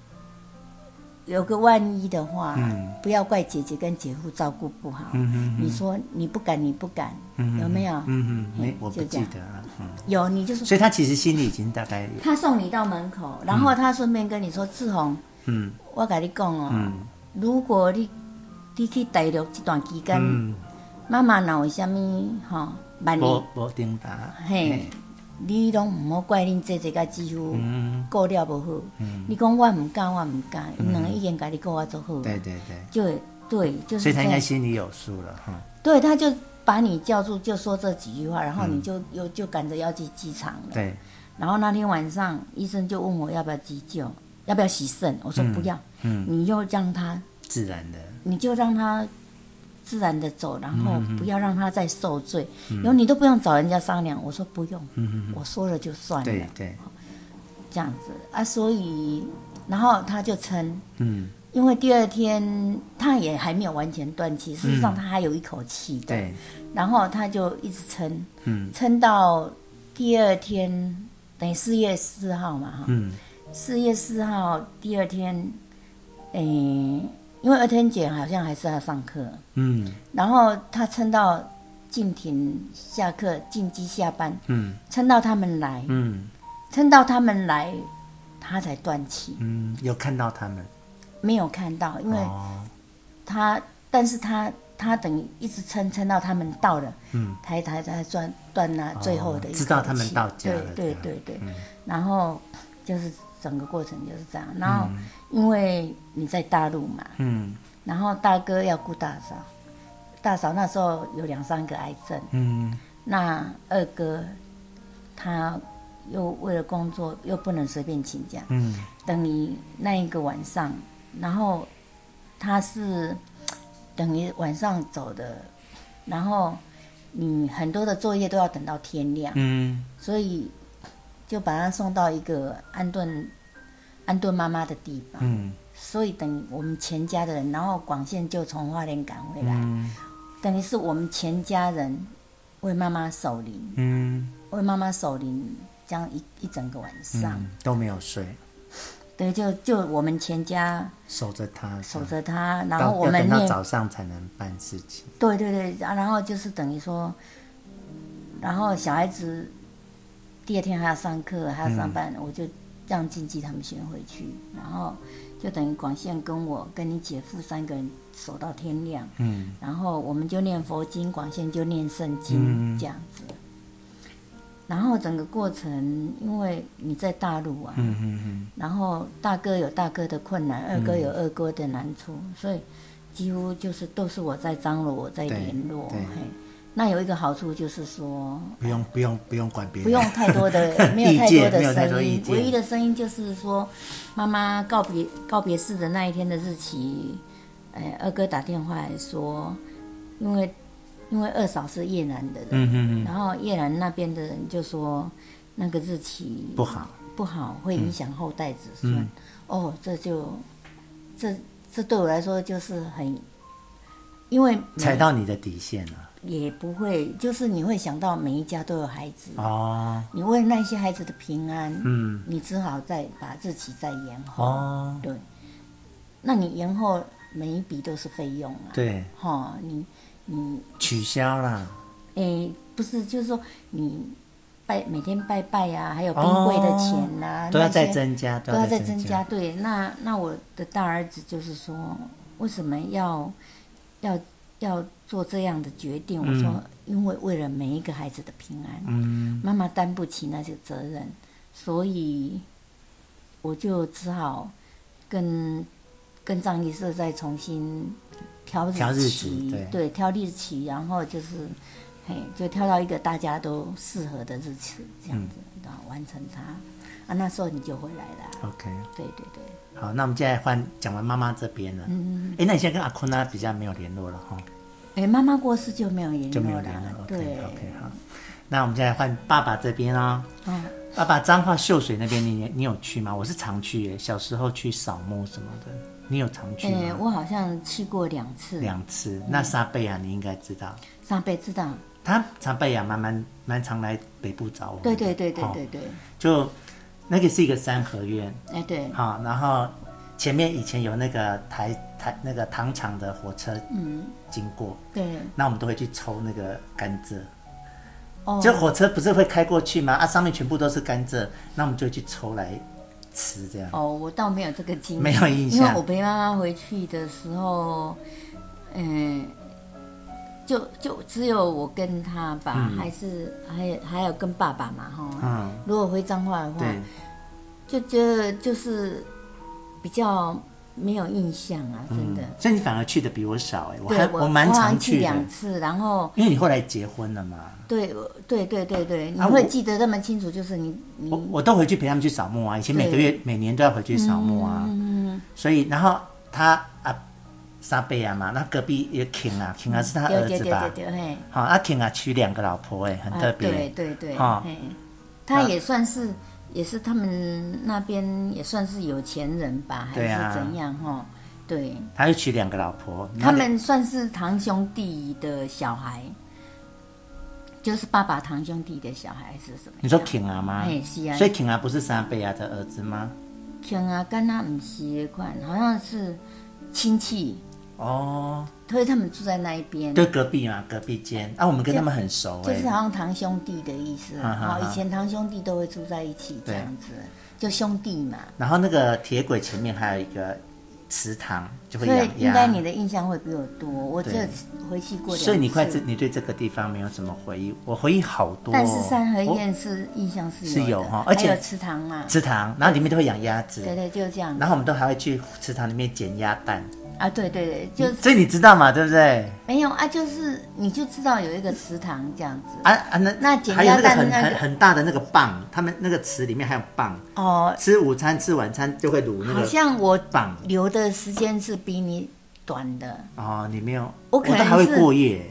B: 有个万一的话，
A: 嗯
B: 不要怪姐姐跟姐夫照顾不好。
A: 嗯
B: 你说你不敢，你不敢，
A: 嗯
B: 有没有？
A: 嗯嗯，没，我不
B: 哎就这
A: 记
B: 样
A: 得了，嗯，
B: 有，你就说
A: 所以他其实心里已经大概有，
B: 他送你到门口，然后他顺便跟你说：“志宏，
A: 嗯
B: 我跟你讲哦，
A: 嗯
B: 如果你你去大陆这段期间，
A: 嗯，
B: 妈妈若有什么哈，万
A: 我
B: 一
A: 我顶打，
B: 嘿，你拢唔好怪恁姐姐甲姐夫
A: 嗯，
B: 顾了不好。你讲我唔敢，我唔敢，因两个已经甲你顾啊足好，
A: 对对对，
B: 就对，就
A: 所
B: 是
A: 以他应
B: 这
A: 该
B: 样
A: 心里有数了，哈，
B: 对，他就把你叫住，就说这几句话，然后你就又、就赶着要去机场了。
A: 对，
B: 然后那天晚上，医生就问我要不要急救，要不要洗肾，我说不要，
A: 嗯，
B: 你就让他，
A: 自然的，
B: 你就让他自然的走，然
A: 嗯
B: 后不要让他再受罪。然后你都不用找人家商量，我说不用，
A: 嗯嗯
B: 我说了就算
A: 嗯，对
B: 了，
A: 对，
B: 这样子啊，所以然后他就撑。
A: 嗯
B: 因为第二天他也还没有完全断气，事实上他还有一口气的。
A: 嗯对，
B: 然后他就一直撑，
A: 嗯
B: 撑到第二天，等于四月四号嘛，哈、
A: 嗯
B: 四月四号第二天，诶、因为二天姐好像还是要上课，
A: 嗯
B: 然后她撑到静婷下课、静姬下班，
A: 嗯
B: 撑到他们来，
A: 嗯
B: 撑到他们来，她才断气。
A: 嗯，有看到他们，
B: 没有看到，因为
A: 哦，
B: 她，但是她她等于一直撑撑到他们到了，
A: 嗯，哦
B: 才才才断断那最后的一口气、
A: 知道他们到家了
B: 对对
A: 这嗯
B: 对对，然后就是整个过程就是这样。然后因为你在大陆嘛，
A: 嗯
B: 然后大哥要顾大嫂，大嫂那时候有两三个癌症，
A: 嗯
B: 那二哥他又为了工作又不能随便请假，
A: 嗯
B: 等于那一个晚上，然后他是等于晚上走的，然后你很多的作业都要等到天亮，
A: 嗯
B: 所以就把他送到一个安顿安顿妈妈的地方。
A: 嗯
B: 所以等于我们全家的人，然后广线就从花莲赶回来，
A: 嗯
B: 等于是我们全家人为妈妈守灵，
A: 嗯
B: 为妈妈守灵，这样一一整个晚上，
A: 嗯，都没有睡，
B: 对，就就我们全家
A: 守着他，
B: 守着她，
A: 到，
B: 然后我
A: 要
B: 们
A: 等到
B: 念，
A: 早上才能办事情，
B: 对对对，啊然后就是等于说，然后小孩子第二天还要上课，还要上班，
A: 嗯
B: 我就让静姬他们先回去，然后就等于广线跟我跟你姐夫三个人守到天亮。
A: 嗯，
B: 然后我们就念佛经，广线就念圣经、
A: 嗯
B: 这样子。然后整个过程，因为你在大陆啊，
A: 嗯嗯嗯，
B: 然后大哥有大哥的困难，二哥有二哥的难处，所以几乎就是都是我在张罗，我在
A: 对
B: 联络。
A: 对
B: 嘿，那有一个好处就是说，
A: 不用不用不用管别人，
B: 不用太多的，没有太
A: 意
B: 多
A: 见没有
B: 的
A: 太多
B: 声
A: 意
B: 音，
A: 见
B: 唯一的声音就是说，妈妈告别告别式的那一天的日期，哎，二哥打电话来说，因为因为二嫂是越南的人，
A: 嗯嗯嗯，
B: 然后越南那边的人就说那个日期
A: 不好，嗯
B: 不好，会影响后代子孙。哦，这就这这对我来说就是很，因为
A: 踩到你的底线了。
B: 也不会，就是你会想到每一家都有孩子，
A: 哦
B: 你为那些孩子的平安，
A: 嗯，
B: 你只好再把日期再延后。
A: 哦，
B: 对，那你延后每一笔都是费用啊。，
A: 对，
B: 哈、你你
A: 取消啦。
B: 诶，不是，就是说你拜每天拜拜啊，还有冰柜的钱呐、
A: 哦都要
B: 那些
A: 再增加，
B: 都
A: 要
B: 要再增
A: 增
B: 加。。对，那那我的大儿子就是说，为什么要要要做这样的决定？我说，因为为了每一个孩子的平安，
A: 嗯，
B: 妈妈担不起那些责任，所以我就只好跟跟藏医社再重新挑
A: 挑日
B: 日
A: 子
B: 期，
A: 对
B: 挑日期，然后就是嘿，就挑到一个大家都适合的日期，这样子，然后完成它。啊，那时候你就回来了，
A: OK，
B: 对对对，
A: 好，那我们现在换讲完妈妈这边了。嗯，哎，那你现在跟阿坤啊比较没有联络了哈，
B: 哎、妈妈过世就没有联
A: 就没有
B: 络了，
A: 联络。OK
B: 对，
A: OK 好，那我们现在换爸爸这边哦。
B: 哦，
A: 爸爸，彰化秀水那边你你有去吗？我是常去耶，小时候去扫墓什么的，你有常去
B: 哎、
A: 吗？
B: 我好像去过两次，
A: 两
B: 嗯
A: 次。那沙贝亚你应该知道，
B: 上辈知道，
A: 他沙贝亚蛮蛮蛮常来北部找我们的。
B: 对对对对
A: 哦
B: 对对，
A: 就那个是一个三合院，
B: 哎、对，
A: 好，然后前面以前有那个台台那个糖厂的火车
B: 嗯，
A: 经过，
B: 对，
A: 那我们都会去抽那个甘蔗。
B: 哦，
A: 就火车不是会开过去吗？啊，上面全部都是甘蔗，那我们就去抽来吃，这样。
B: 哦，我倒没有这个经历，
A: 没有印象
B: 因为我陪妈妈回去的时候，嗯、就就只有我跟她吧，还是还有还有跟爸爸嘛，哈。
A: 嗯，
B: 如果回彰化的话，
A: 对，
B: 就觉得就是比较没有印象啊，真的。
A: 所以你反而去的比我少嗯哎，我
B: 对
A: 还
B: 我
A: 蛮
B: 我好
A: 常
B: 像去
A: 去的，
B: 两次，然后
A: 因为你后来结婚了嘛，
B: 对我对对对对，你
A: 啊
B: 会
A: 我
B: 记得那么清楚，就是你你
A: 我我都回去陪他们去扫墓啊，以前每个月每年都要回去扫墓啊，
B: 嗯
A: 所以然后他啊沙贝亚嘛，那隔壁也 King 啊，King 啊是他
B: 对
A: 儿
B: 对
A: 子
B: 对
A: 吧
B: 对？对，嘿。
A: 好，阿 King 啊娶两个老婆哎，很特别。
B: 啊、对对对，
A: 哦
B: 嘿他也算是、也是他们那边也算是有钱人吧，还
A: 对啊
B: 是怎样哈、哦？对，
A: 他就娶两个老婆，
B: 他
A: 那
B: 们算是堂兄弟的小孩，就是爸爸堂兄弟的小孩是什么样？
A: 你说 King 啊吗？
B: 嘿是啊
A: 所以 King 啊不是沙贝亚的儿子吗？
B: 亲啊，跟他不是一款，好像是亲戚，
A: 哦，
B: 所以他们住在那一边，
A: 对，隔壁嘛，隔壁间啊，我们跟他们很熟
B: 就
A: 哎
B: 是。好像堂兄弟的意思。
A: 哈哈
B: 哦，
A: 哈
B: 以前堂兄弟都会住在一起这
A: 啊对
B: 样子，就兄弟嘛。
A: 然后那个铁轨前面还有一个池塘，就会
B: 所
A: 养
B: 以应
A: 鸭。
B: 该你的印象会比我多，我这
A: 对
B: 回去过两次。
A: 所以你快这你对这个地方没有什么回忆，我回忆好多、哦。
B: 但是三合
A: 我
B: 院是印象是
A: 是有
B: 的
A: 哈而且
B: 还有池塘嘛，
A: 池塘，然后里面都会养鸭子，
B: 对对，就这样
A: 然后我们都还会去池塘里面捡鸭蛋，
B: 啊，对对对，就
A: 所以你知道嘛，对不对？
B: 没有啊，就是你就知道有一个池塘这样子。
A: 啊啊，那
B: 那捡
A: 还有
B: 鸭
A: 那个
B: 蛋
A: 很
B: 那个
A: 很很大的那个蚌，他们那个池里面还有蚌，
B: 哦，
A: 吃午餐吃晚餐就会卤那
B: 好
A: 个
B: 像我
A: 蚌。
B: 留的时间是比你短的，
A: 哦，你没有，
B: 我可能
A: 都还会
B: 是
A: 过夜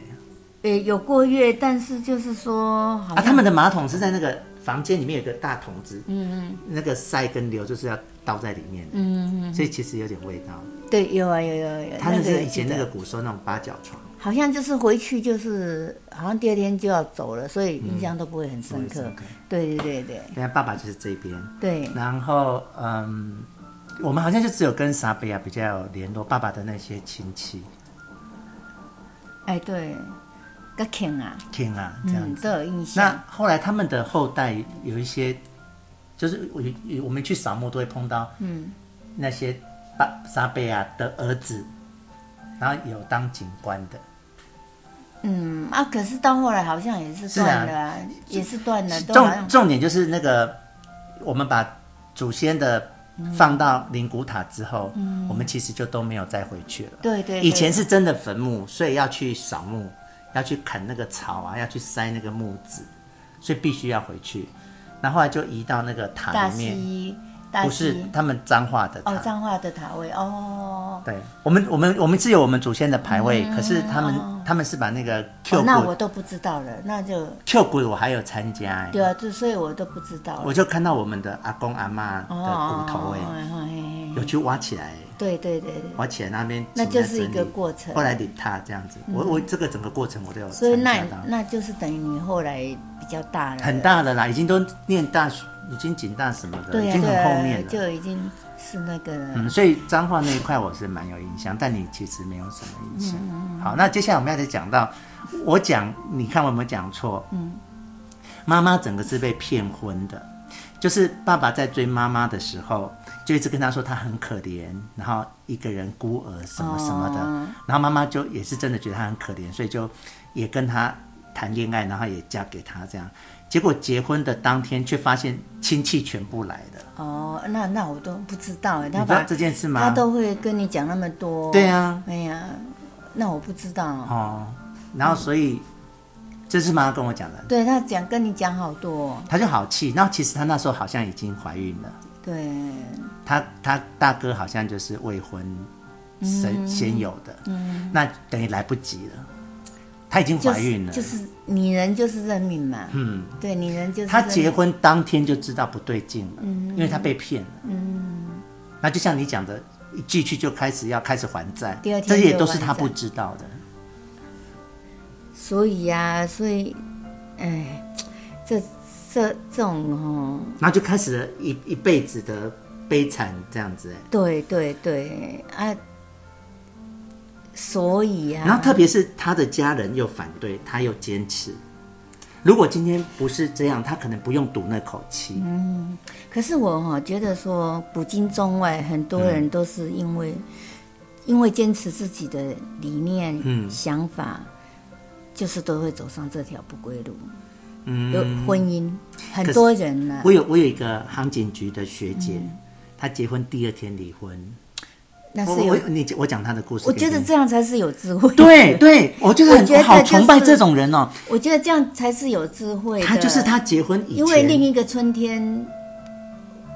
B: 呃，有过月，但是就是说好
A: 啊。
B: 像
A: 他们的马桶是在那个房间里面有个大桶子，嗯嗯，那个塞跟流就是要倒在里面的，嗯嗯，所以其实有点味道。
B: 对有啊有有有，
A: 他那
B: 个
A: 是以前
B: 记
A: 那
B: 得
A: 个古时候那种八角床。
B: 好像就是回去就是好像第二天就要走了，所以印象都不会很深刻。
A: 嗯不会深刻
B: 对对对对
A: 人家爸爸就是这边，
B: 对，
A: 然后嗯，我们好像就只有跟沙贝啊亚比较有联络，爸爸的那些亲戚
B: 哎对，个 king 啊，
A: 听啊这样
B: 嗯，
A: 子。
B: 都有印象
A: 那。后来他们的后代有一些，就是我我们去扫墓都会碰到，嗯，那些爸沙贝亚的儿子，然后有当警官的，
B: 嗯啊，可是到后来好像也是断了、啊，也是断了，都好
A: 重
B: 像
A: 重点就是那个，我们把祖先的
B: 嗯
A: 放到灵骨塔之后，我们其实就都没有再回去了。
B: 对对对
A: 以前是真的坟墓，所以要去扫墓，要去砍那个草啊，要去塞那个木子，所以必须要回去。那后来就移到那个塔
B: 大
A: 里面，
B: 溪大
A: 不是
B: 溪
A: 他们彰化的塔。
B: 哦，彰化的塔位哦。
A: 对，我们我们我们是有我们祖先的牌
B: 嗯
A: 位，可是他们、他们是把那个 Q
B: 哦，那
A: 骨、
B: 我都不知道了，那就
A: Q 骨我还有参加、哎
B: 对啊，就所以我都不知道了。
A: 我就看到我们的阿公阿妈的骨头哎、
B: 哦哎哎哎哎
A: 有去挖起来，
B: 对对对对，
A: 挖起来那边
B: 那
A: 请
B: 就
A: 他
B: 是一
A: 整
B: 个
A: 理
B: 过程嗯
A: 后。来理他这样子，我我这个整个过程我都有
B: 所以
A: 参
B: 那
A: 加到，
B: 那就是等于你后来比较大了，
A: 很大的啦，已经都念大学，已经警大什么的，
B: 对
A: 已
B: 呀、
A: 经
B: 对
A: 很
B: 啊
A: 后面了。
B: 就已经是那个了。
A: 嗯，所以脏话那一块我是蛮有印象，但你其实没有什么印象。好，那接下来我们要再讲到，我讲，你看我有没有讲错？嗯，妈妈整个是被骗婚的，就是爸爸在追妈妈的时候，就一直跟她说她很可怜，然后一个人孤儿什么什么的，然后妈妈就也是真的觉得她很可怜，所以就也跟她谈恋爱，然后也嫁给他这样。结果结婚的当天，却发现亲戚全部来了，
B: 哦，那那我都不知道哎，
A: 你
B: 他
A: 知道
B: 把
A: 这件事吗？
B: 他都会跟你讲那么多。
A: 对啊，
B: 哎呀，那我不知道。
A: 哦，然后所以、这是妈妈跟我讲的，
B: 对他讲跟你讲好多哦，
A: 她就好气。然后其实她那时候好像已经怀孕了，
B: 对，
A: 她她大哥好像就是未婚先、先有的，嗯，那等于来不及了，她已经
B: 就
A: 怀孕
B: 是
A: 了。
B: 就是女人就是认命嘛，嗯，对，女人就是
A: 她
B: 认
A: 结
B: 命
A: 婚当天就知道不对劲了，因为她被骗了。嗯，那就像你讲的，一进去就开始要开始还债，
B: 第二天
A: 这些也
B: 就
A: 都是她
B: 还债
A: 不知道的。
B: 所以呀、所以，哎，这这这种哦，
A: 然后就开始了一一辈子的悲惨这样子、哎
B: 对对对啊，所以呀、
A: 然后特别是他的家人又反对，他又坚持。如果今天不是这样，他可能不用赌那口气。
B: 嗯可是我哈、觉得说古今中外很多
A: 嗯
B: 人都是因为、因为坚持自己的理念、
A: 嗯
B: 想法，就是都会走上这条不归路。嗯，有婚姻，很
A: 可是
B: 多人呢、
A: 我有我有一个航警局的学
B: 嗯
A: 姐，她结婚第二天离婚。
B: 那
A: 我
B: 是有
A: 我，你我讲她的故事
B: 我
A: 给你
B: 觉
A: 听，
B: 得这样才是有智慧。
A: 对，对，我就是很
B: 我觉得
A: 好
B: 就是
A: 崇拜这种人哦。
B: 我觉得这样才是有智慧的。
A: 她就是她结婚以前，
B: 因为另一个春天，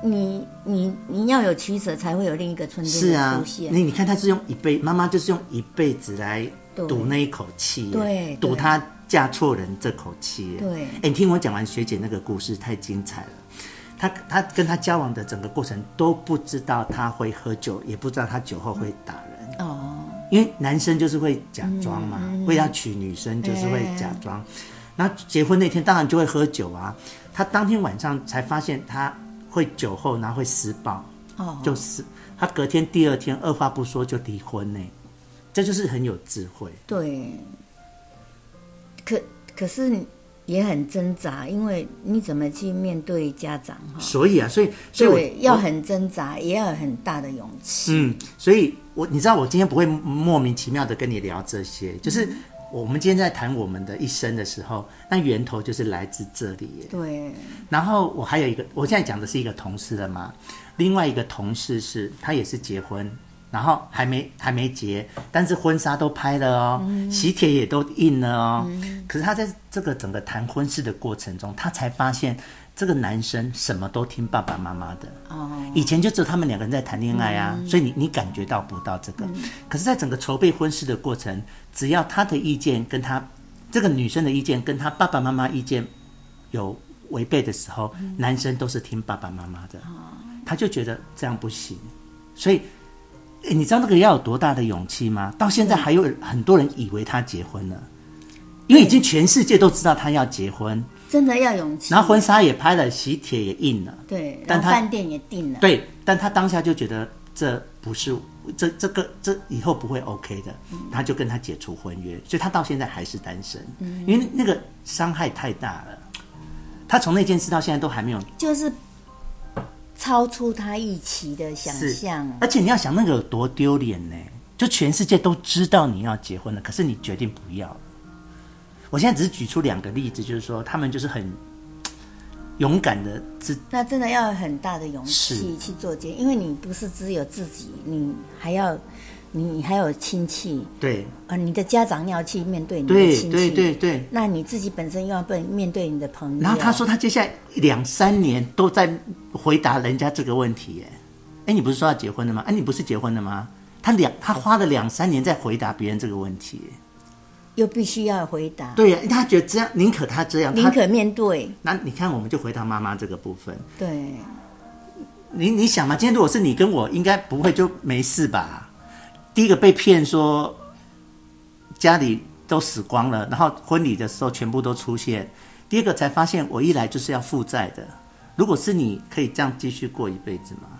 B: 你你你要有取舍，才会有另一个春天
A: 是
B: 的
A: 啊
B: 出，现。
A: 你你看她是用一辈妈妈就是用一辈子来
B: 对
A: 赌那一口气耶，
B: 对
A: 赌
B: 对
A: 她嫁错人这口气耶。
B: 对
A: 哎、你听我讲完学姐那个故事，太精彩了。她她跟她交往的整个过程都不知道她会喝酒，也不知道她酒后会打人，
B: 哦，嗯
A: 因为男生就是会假装嘛，为了娶女生就是会假装。然后结婚那天当然就会喝酒啊。她当天晚上才发现她会酒后，然后会施暴，
B: 哦
A: 就是她隔天第二天二话不说就离婚呢、这就是很有智慧。
B: 对。可可是也很挣扎，因为你怎么去面对家长哈？
A: 所以啊，所以所以我
B: 哦对，要很挣扎，也要有很大的勇气。
A: 嗯，所以我你知道我今天不会莫名其妙的跟你聊这些，就是我们今天在谈我们的一生的时候，那源头就是来自这里耶。
B: 对，
A: 然后我还有一个，我现在讲的是一个同事了嘛，另外一个同事是他也是结婚，然后还没还没结，但是婚纱都拍了哦，喜帖也都印了哦。可是他在这个整个谈婚事的过程中，他才发现这个男生什么都听爸爸妈妈的。
B: 哦，
A: 以前就只有他们两个人在谈恋爱啊，所以你你感觉到不到这个。可是，在整个筹备婚事的过程，只要他的意见跟他这个女生的意见跟他爸爸妈妈意见有违背的时候，男生都是听爸爸妈妈的，他就觉得这样不行。所以，诶你知道那个要有多大的勇气吗？到现在还有很多人以为他结婚了。因为已经全世界都知道他要结婚，
B: 真的要勇气。
A: 然后婚纱也拍了，喜帖也印了，
B: 对，
A: 但
B: 然后
A: 他
B: 饭店也定了。
A: 对，但他当下就觉得这不是这这个这以后不会 OK 的，他就跟他解除婚约，所以他到现在还是单身，因为那个伤害太大了。他从那件事到现在都还没有
B: 就是超出他预期的想
A: 是
B: 象。
A: 而且你要想那个有多丢脸呢？就全世界都知道你要结婚了，可是你决定不要了。我现在只是举出两个例子，就是说他们就是很勇敢的自
B: 那真的要有很大的勇
A: 是
B: 气去做这，因为你不是只有自己，你还要，你你还有亲戚，
A: 对
B: 呃，你的家长要去面对你的
A: 对
B: 亲戚，
A: 对对对，
B: 那你自己本身又要被面对你的朋友。啊
A: 然后他说他接下来两三年都在回答人家这个问题耶。哎，你不是说要结婚的吗？哎，你不是结婚的吗？他两他花了两三年在回答别人这个问题耶。
B: 又必须要回答，
A: 对呀、他觉得这样宁可他这样，
B: 宁
A: 他
B: 可面对，
A: 那你看我们就回答妈妈这个部分，
B: 对，
A: 你你想嘛，今天如果是你跟我，应该不会就没事吧？第一个被骗说家里都死光了，然后婚礼的时候全部都出现；第二个才发现我一来就是要负债的。如果是你，可以这样继续过一辈子吗？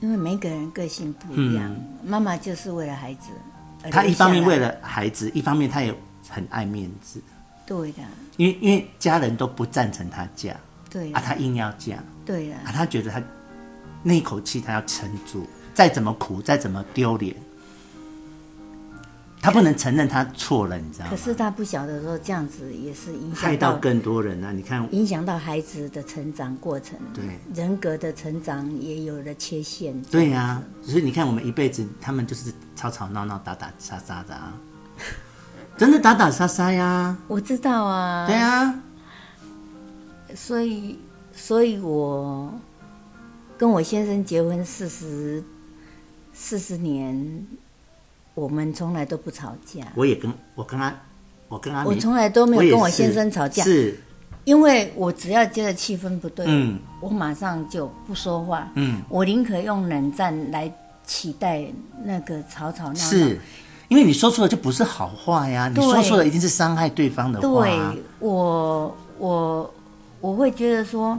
B: 因为每个人个性不一样，妈妈就是为了孩子而留
A: 嗯
B: 下来。
A: 他一方面为了孩子，一方面他也很爱面子，
B: 对的，
A: 因为因为家人都不赞成他嫁
B: 对
A: 啊，
B: 的，
A: 他硬要嫁。
B: 对的，
A: 啊，他觉得他那一口气他要撑住，再怎么苦，再怎么丢脸，他不能承认他错了，你知道吗
B: 可？是他不晓得说这样子也是影
A: 害
B: 响
A: 到更多人啊！你看，
B: 影响到孩子的成长过程，
A: 对
B: 人格的成长也有了缺陷。
A: 对呀、所以你看我们一辈子，他们就是吵吵闹闹、打打杀杀的啊，真的打打杀杀呀，
B: 我知道啊，
A: 对呀，
B: 所以，所以我跟我先生结婚四十四十年，我们从来都不吵架，
A: 我也跟我跟他，我跟阿
B: 我
A: 明，
B: 从来都没有跟我
A: 啊也是
B: 先生吵架，
A: 是，
B: 因为我只要觉得气氛不对，
A: 嗯
B: 我马上就不说话，
A: 嗯，
B: 我宁可用冷战来取代那个吵吵闹闹。
A: 是。因为你说出的就不是好话呀，你说
B: 对
A: 出的一定是伤害对方的话
B: 对
A: 啊。
B: 我，我我会觉得说，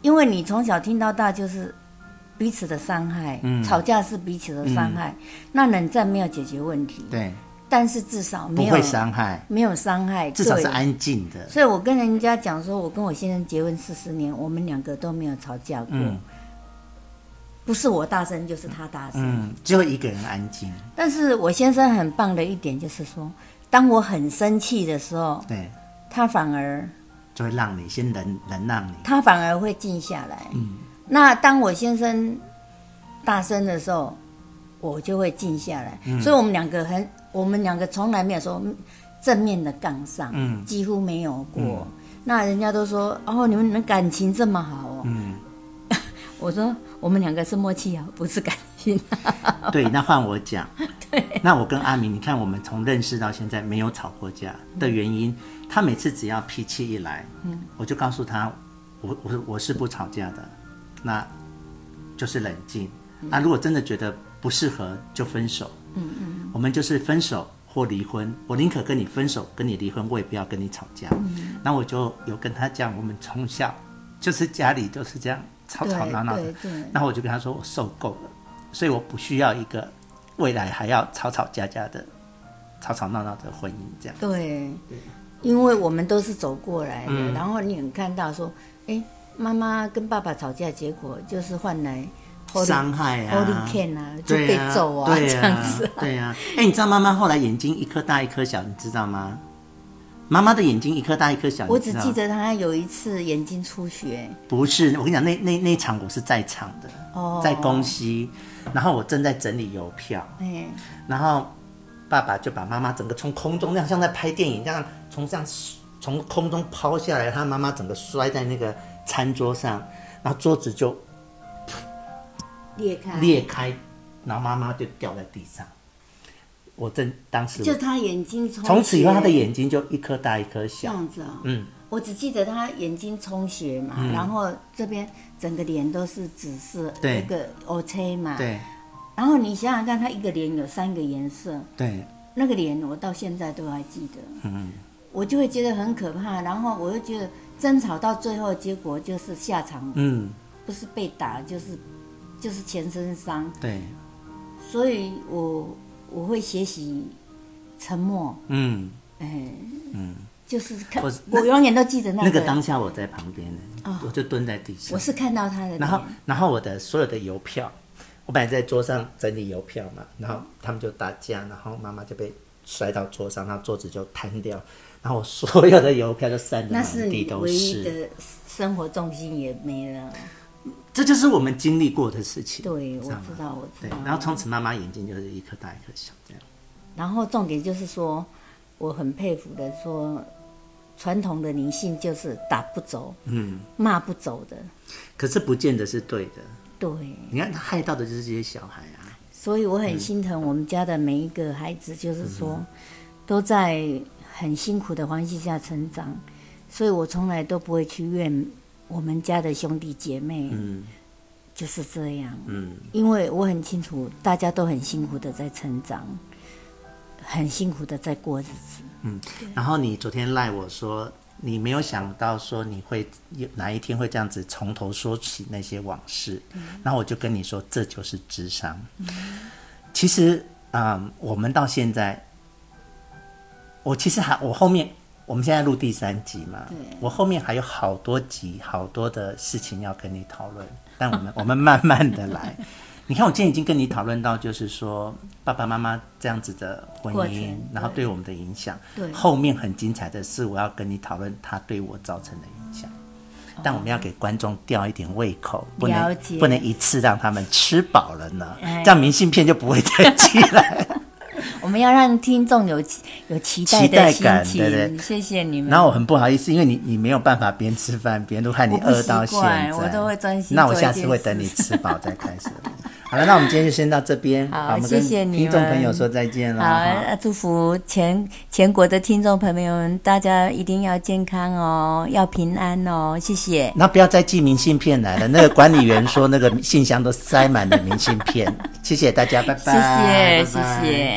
B: 因为你从小听到大就是彼此的伤害，
A: 嗯
B: 吵架是彼此的伤害，那冷战没有解决问题，
A: 对，
B: 但是至少
A: 不
B: 没有
A: 会伤害，
B: 没有伤害，
A: 至少是
B: 对
A: 安静的。
B: 所以我跟人家讲说，我跟我先生结婚四十年，我们两个都没有吵架过，
A: 嗯
B: 不是我大声就是他大声。
A: 嗯，只有一个人安静。
B: 但是我先生很棒的一点就是说，当我很生气的时候，
A: 对，
B: 他反而
A: 就会让你先忍忍让你。
B: 他反而会静下来。
A: 嗯
B: 那当我先生大声的时候，我就会静下来。
A: 嗯
B: 所以我们两个很，我们两个从来没有说正面的杠上，
A: 嗯
B: 几乎没有过。那人家都说，哦，你们你们感情这么好哦。
A: 嗯，
B: 我说我们两个是默契啊，不是感情、
A: 对，那换我讲。哦 对，那我跟阿明，你看我们从认识到现在没有吵过架的原因，他每次只要脾气一来，嗯，我就告诉他，我我我是不吵架的，那就是冷静。啊，如果真的觉得不适合，就分手。嗯嗯，我们就是分手或离婚，我宁可跟你分手，跟你离婚，我也不要跟你吵架。
B: 嗯
A: 那我就有跟他讲，我们从小就是家里就是这样吵吵闹闹的
B: 对对对，
A: 然后我就跟他说我受够了，所以我不需要一个未来还要吵吵架架的、吵吵闹闹的婚姻这样。
B: 对，因为我们都是走过来的，
A: 嗯
B: 然后你很看到说，哎，妈妈跟爸爸吵架，结果就是换来后
A: 伤害啊
B: Holy Can 啊，就
A: 对
B: 被
A: 呀，
B: 揍啊，
A: 对
B: 这
A: 呀，
B: 样 子。
A: 对呀、哎、你知道妈妈后来眼睛一颗大一颗小，你知道吗？妈妈的眼睛一颗大一颗小，
B: 我
A: 你
B: 只
A: 知道
B: 记得他有一次眼睛出血，
A: 不是，我跟你讲，那那那一场我是在场的，
B: 哦
A: 在公西，然后我正在整理邮票，
B: 哎，
A: 然后爸爸就把妈妈整个从空中那样像在拍电影那样从这样从空中抛下来，他妈妈整个摔在那个餐桌上，然后桌子就
B: 裂开，
A: 裂开，
B: 嗯
A: 然后妈妈就掉在地上。我正当时
B: 就他眼睛充
A: 哦
B: 血
A: 从此以后，他的眼睛就一颗大一颗
B: 这
A: 小，
B: 样子啊、
A: 嗯，
B: 我只记得他眼睛充血嘛，然后这边整个脸都是紫色，
A: 对
B: 一个 OK 嘛，
A: 对
B: 然后你想想看，他一个脸有三个颜色，
A: 对，
B: 那个脸我到现在都还记得，嗯，我就会觉得很可怕，然后我又觉得争吵到最后结果就是下场
A: 嗯
B: 不是被打就是就是全身伤，
A: 对，
B: 所以我我会学习沉默，
A: 嗯。
B: 哎、就是看
A: 我
B: 我
A: 是
B: 永远都记得那
A: 那
B: 个，
A: 个当下我在旁边呢，我就蹲在地上
B: 我，是看到他的
A: 然后
B: 脸，
A: 然后我的所有的邮票，我本来在桌上整理邮票嘛，然后他们就打架，然后妈妈就被摔到桌上，然后桌子就瘫掉，然后我所有的邮票就散得
B: 那
A: 满
B: 是
A: 地
B: 你
A: 都
B: 唯一
A: 是。
B: 的生活重心也没了，
A: 这就是我们经历过的事情。
B: 对，我
A: 知道
B: 知
A: 吗
B: 道，我知
A: 啊对
B: 道，，
A: 然后从此妈妈眼睛就是一颗大一颗小这样。
B: 然后重点就是说，我很佩服的说，传统的灵性就是打不走，嗯，骂不走的，
A: 可是不见得是对的，
B: 对，
A: 你看他害到的就是这些小孩啊。
B: 所以我很心疼我们家的每一个孩子，就是说、
A: 嗯
B: 都在很辛苦的环境下成长，所以我从来都不会去怨我们家的兄弟姐妹
A: 嗯
B: 就是这样，
A: 嗯
B: 因为我很清楚，大家都很辛苦的在成长，很辛苦的在过日子。
A: 嗯。然后你昨天赖我说，你没有想到说你会有哪一天会这样子从头说起那些往事，
B: 嗯
A: 然后我就跟你说，这就是智商。其实，嗯，我们到现在，我其实还我后面。我们现在录第三集嘛，我后面还有好多集、好多的事情要跟你讨论，但我们 我们慢慢的 来。你看，我今天已经跟你讨论到，就是说爸爸妈妈这样子的婚
B: 过
A: 姻
B: 程，
A: 然后对我们的影响。
B: 对
A: 后面很精彩的是，我要跟你讨论他对我造成的影响。但我们要给观众吊一点胃口，不
B: 哦了
A: 能
B: 解
A: 不能一次让他们吃饱了呢，
B: 哎
A: 这样明信片就不会再寄 来。
B: 我们要让听众有期有期待
A: 期待
B: 的心
A: 感
B: 情，
A: 对对
B: 谢谢你们。
A: 然后我很不好意思，因为你你没有办法边吃饭边录，害你
B: 我不
A: 饿到现在。
B: 习惯我都会专心
A: 那我
B: 做一
A: 下次
B: 件
A: 会
B: 事
A: 等你吃饱再开始。好了，那我们今天就先到这边。
B: 好
A: 我们跟
B: 谢谢你
A: 听众朋友
B: 们
A: 说再见了。
B: 好，呃祝福全全国的听众朋友们，大家一定要健康哦，要平安哦，谢谢。
A: 那不要再寄明信片来了。那个管理员说，那个信箱都塞满了明信片。谢谢大家，拜拜。
B: 谢谢，
A: 拜拜
B: 谢谢。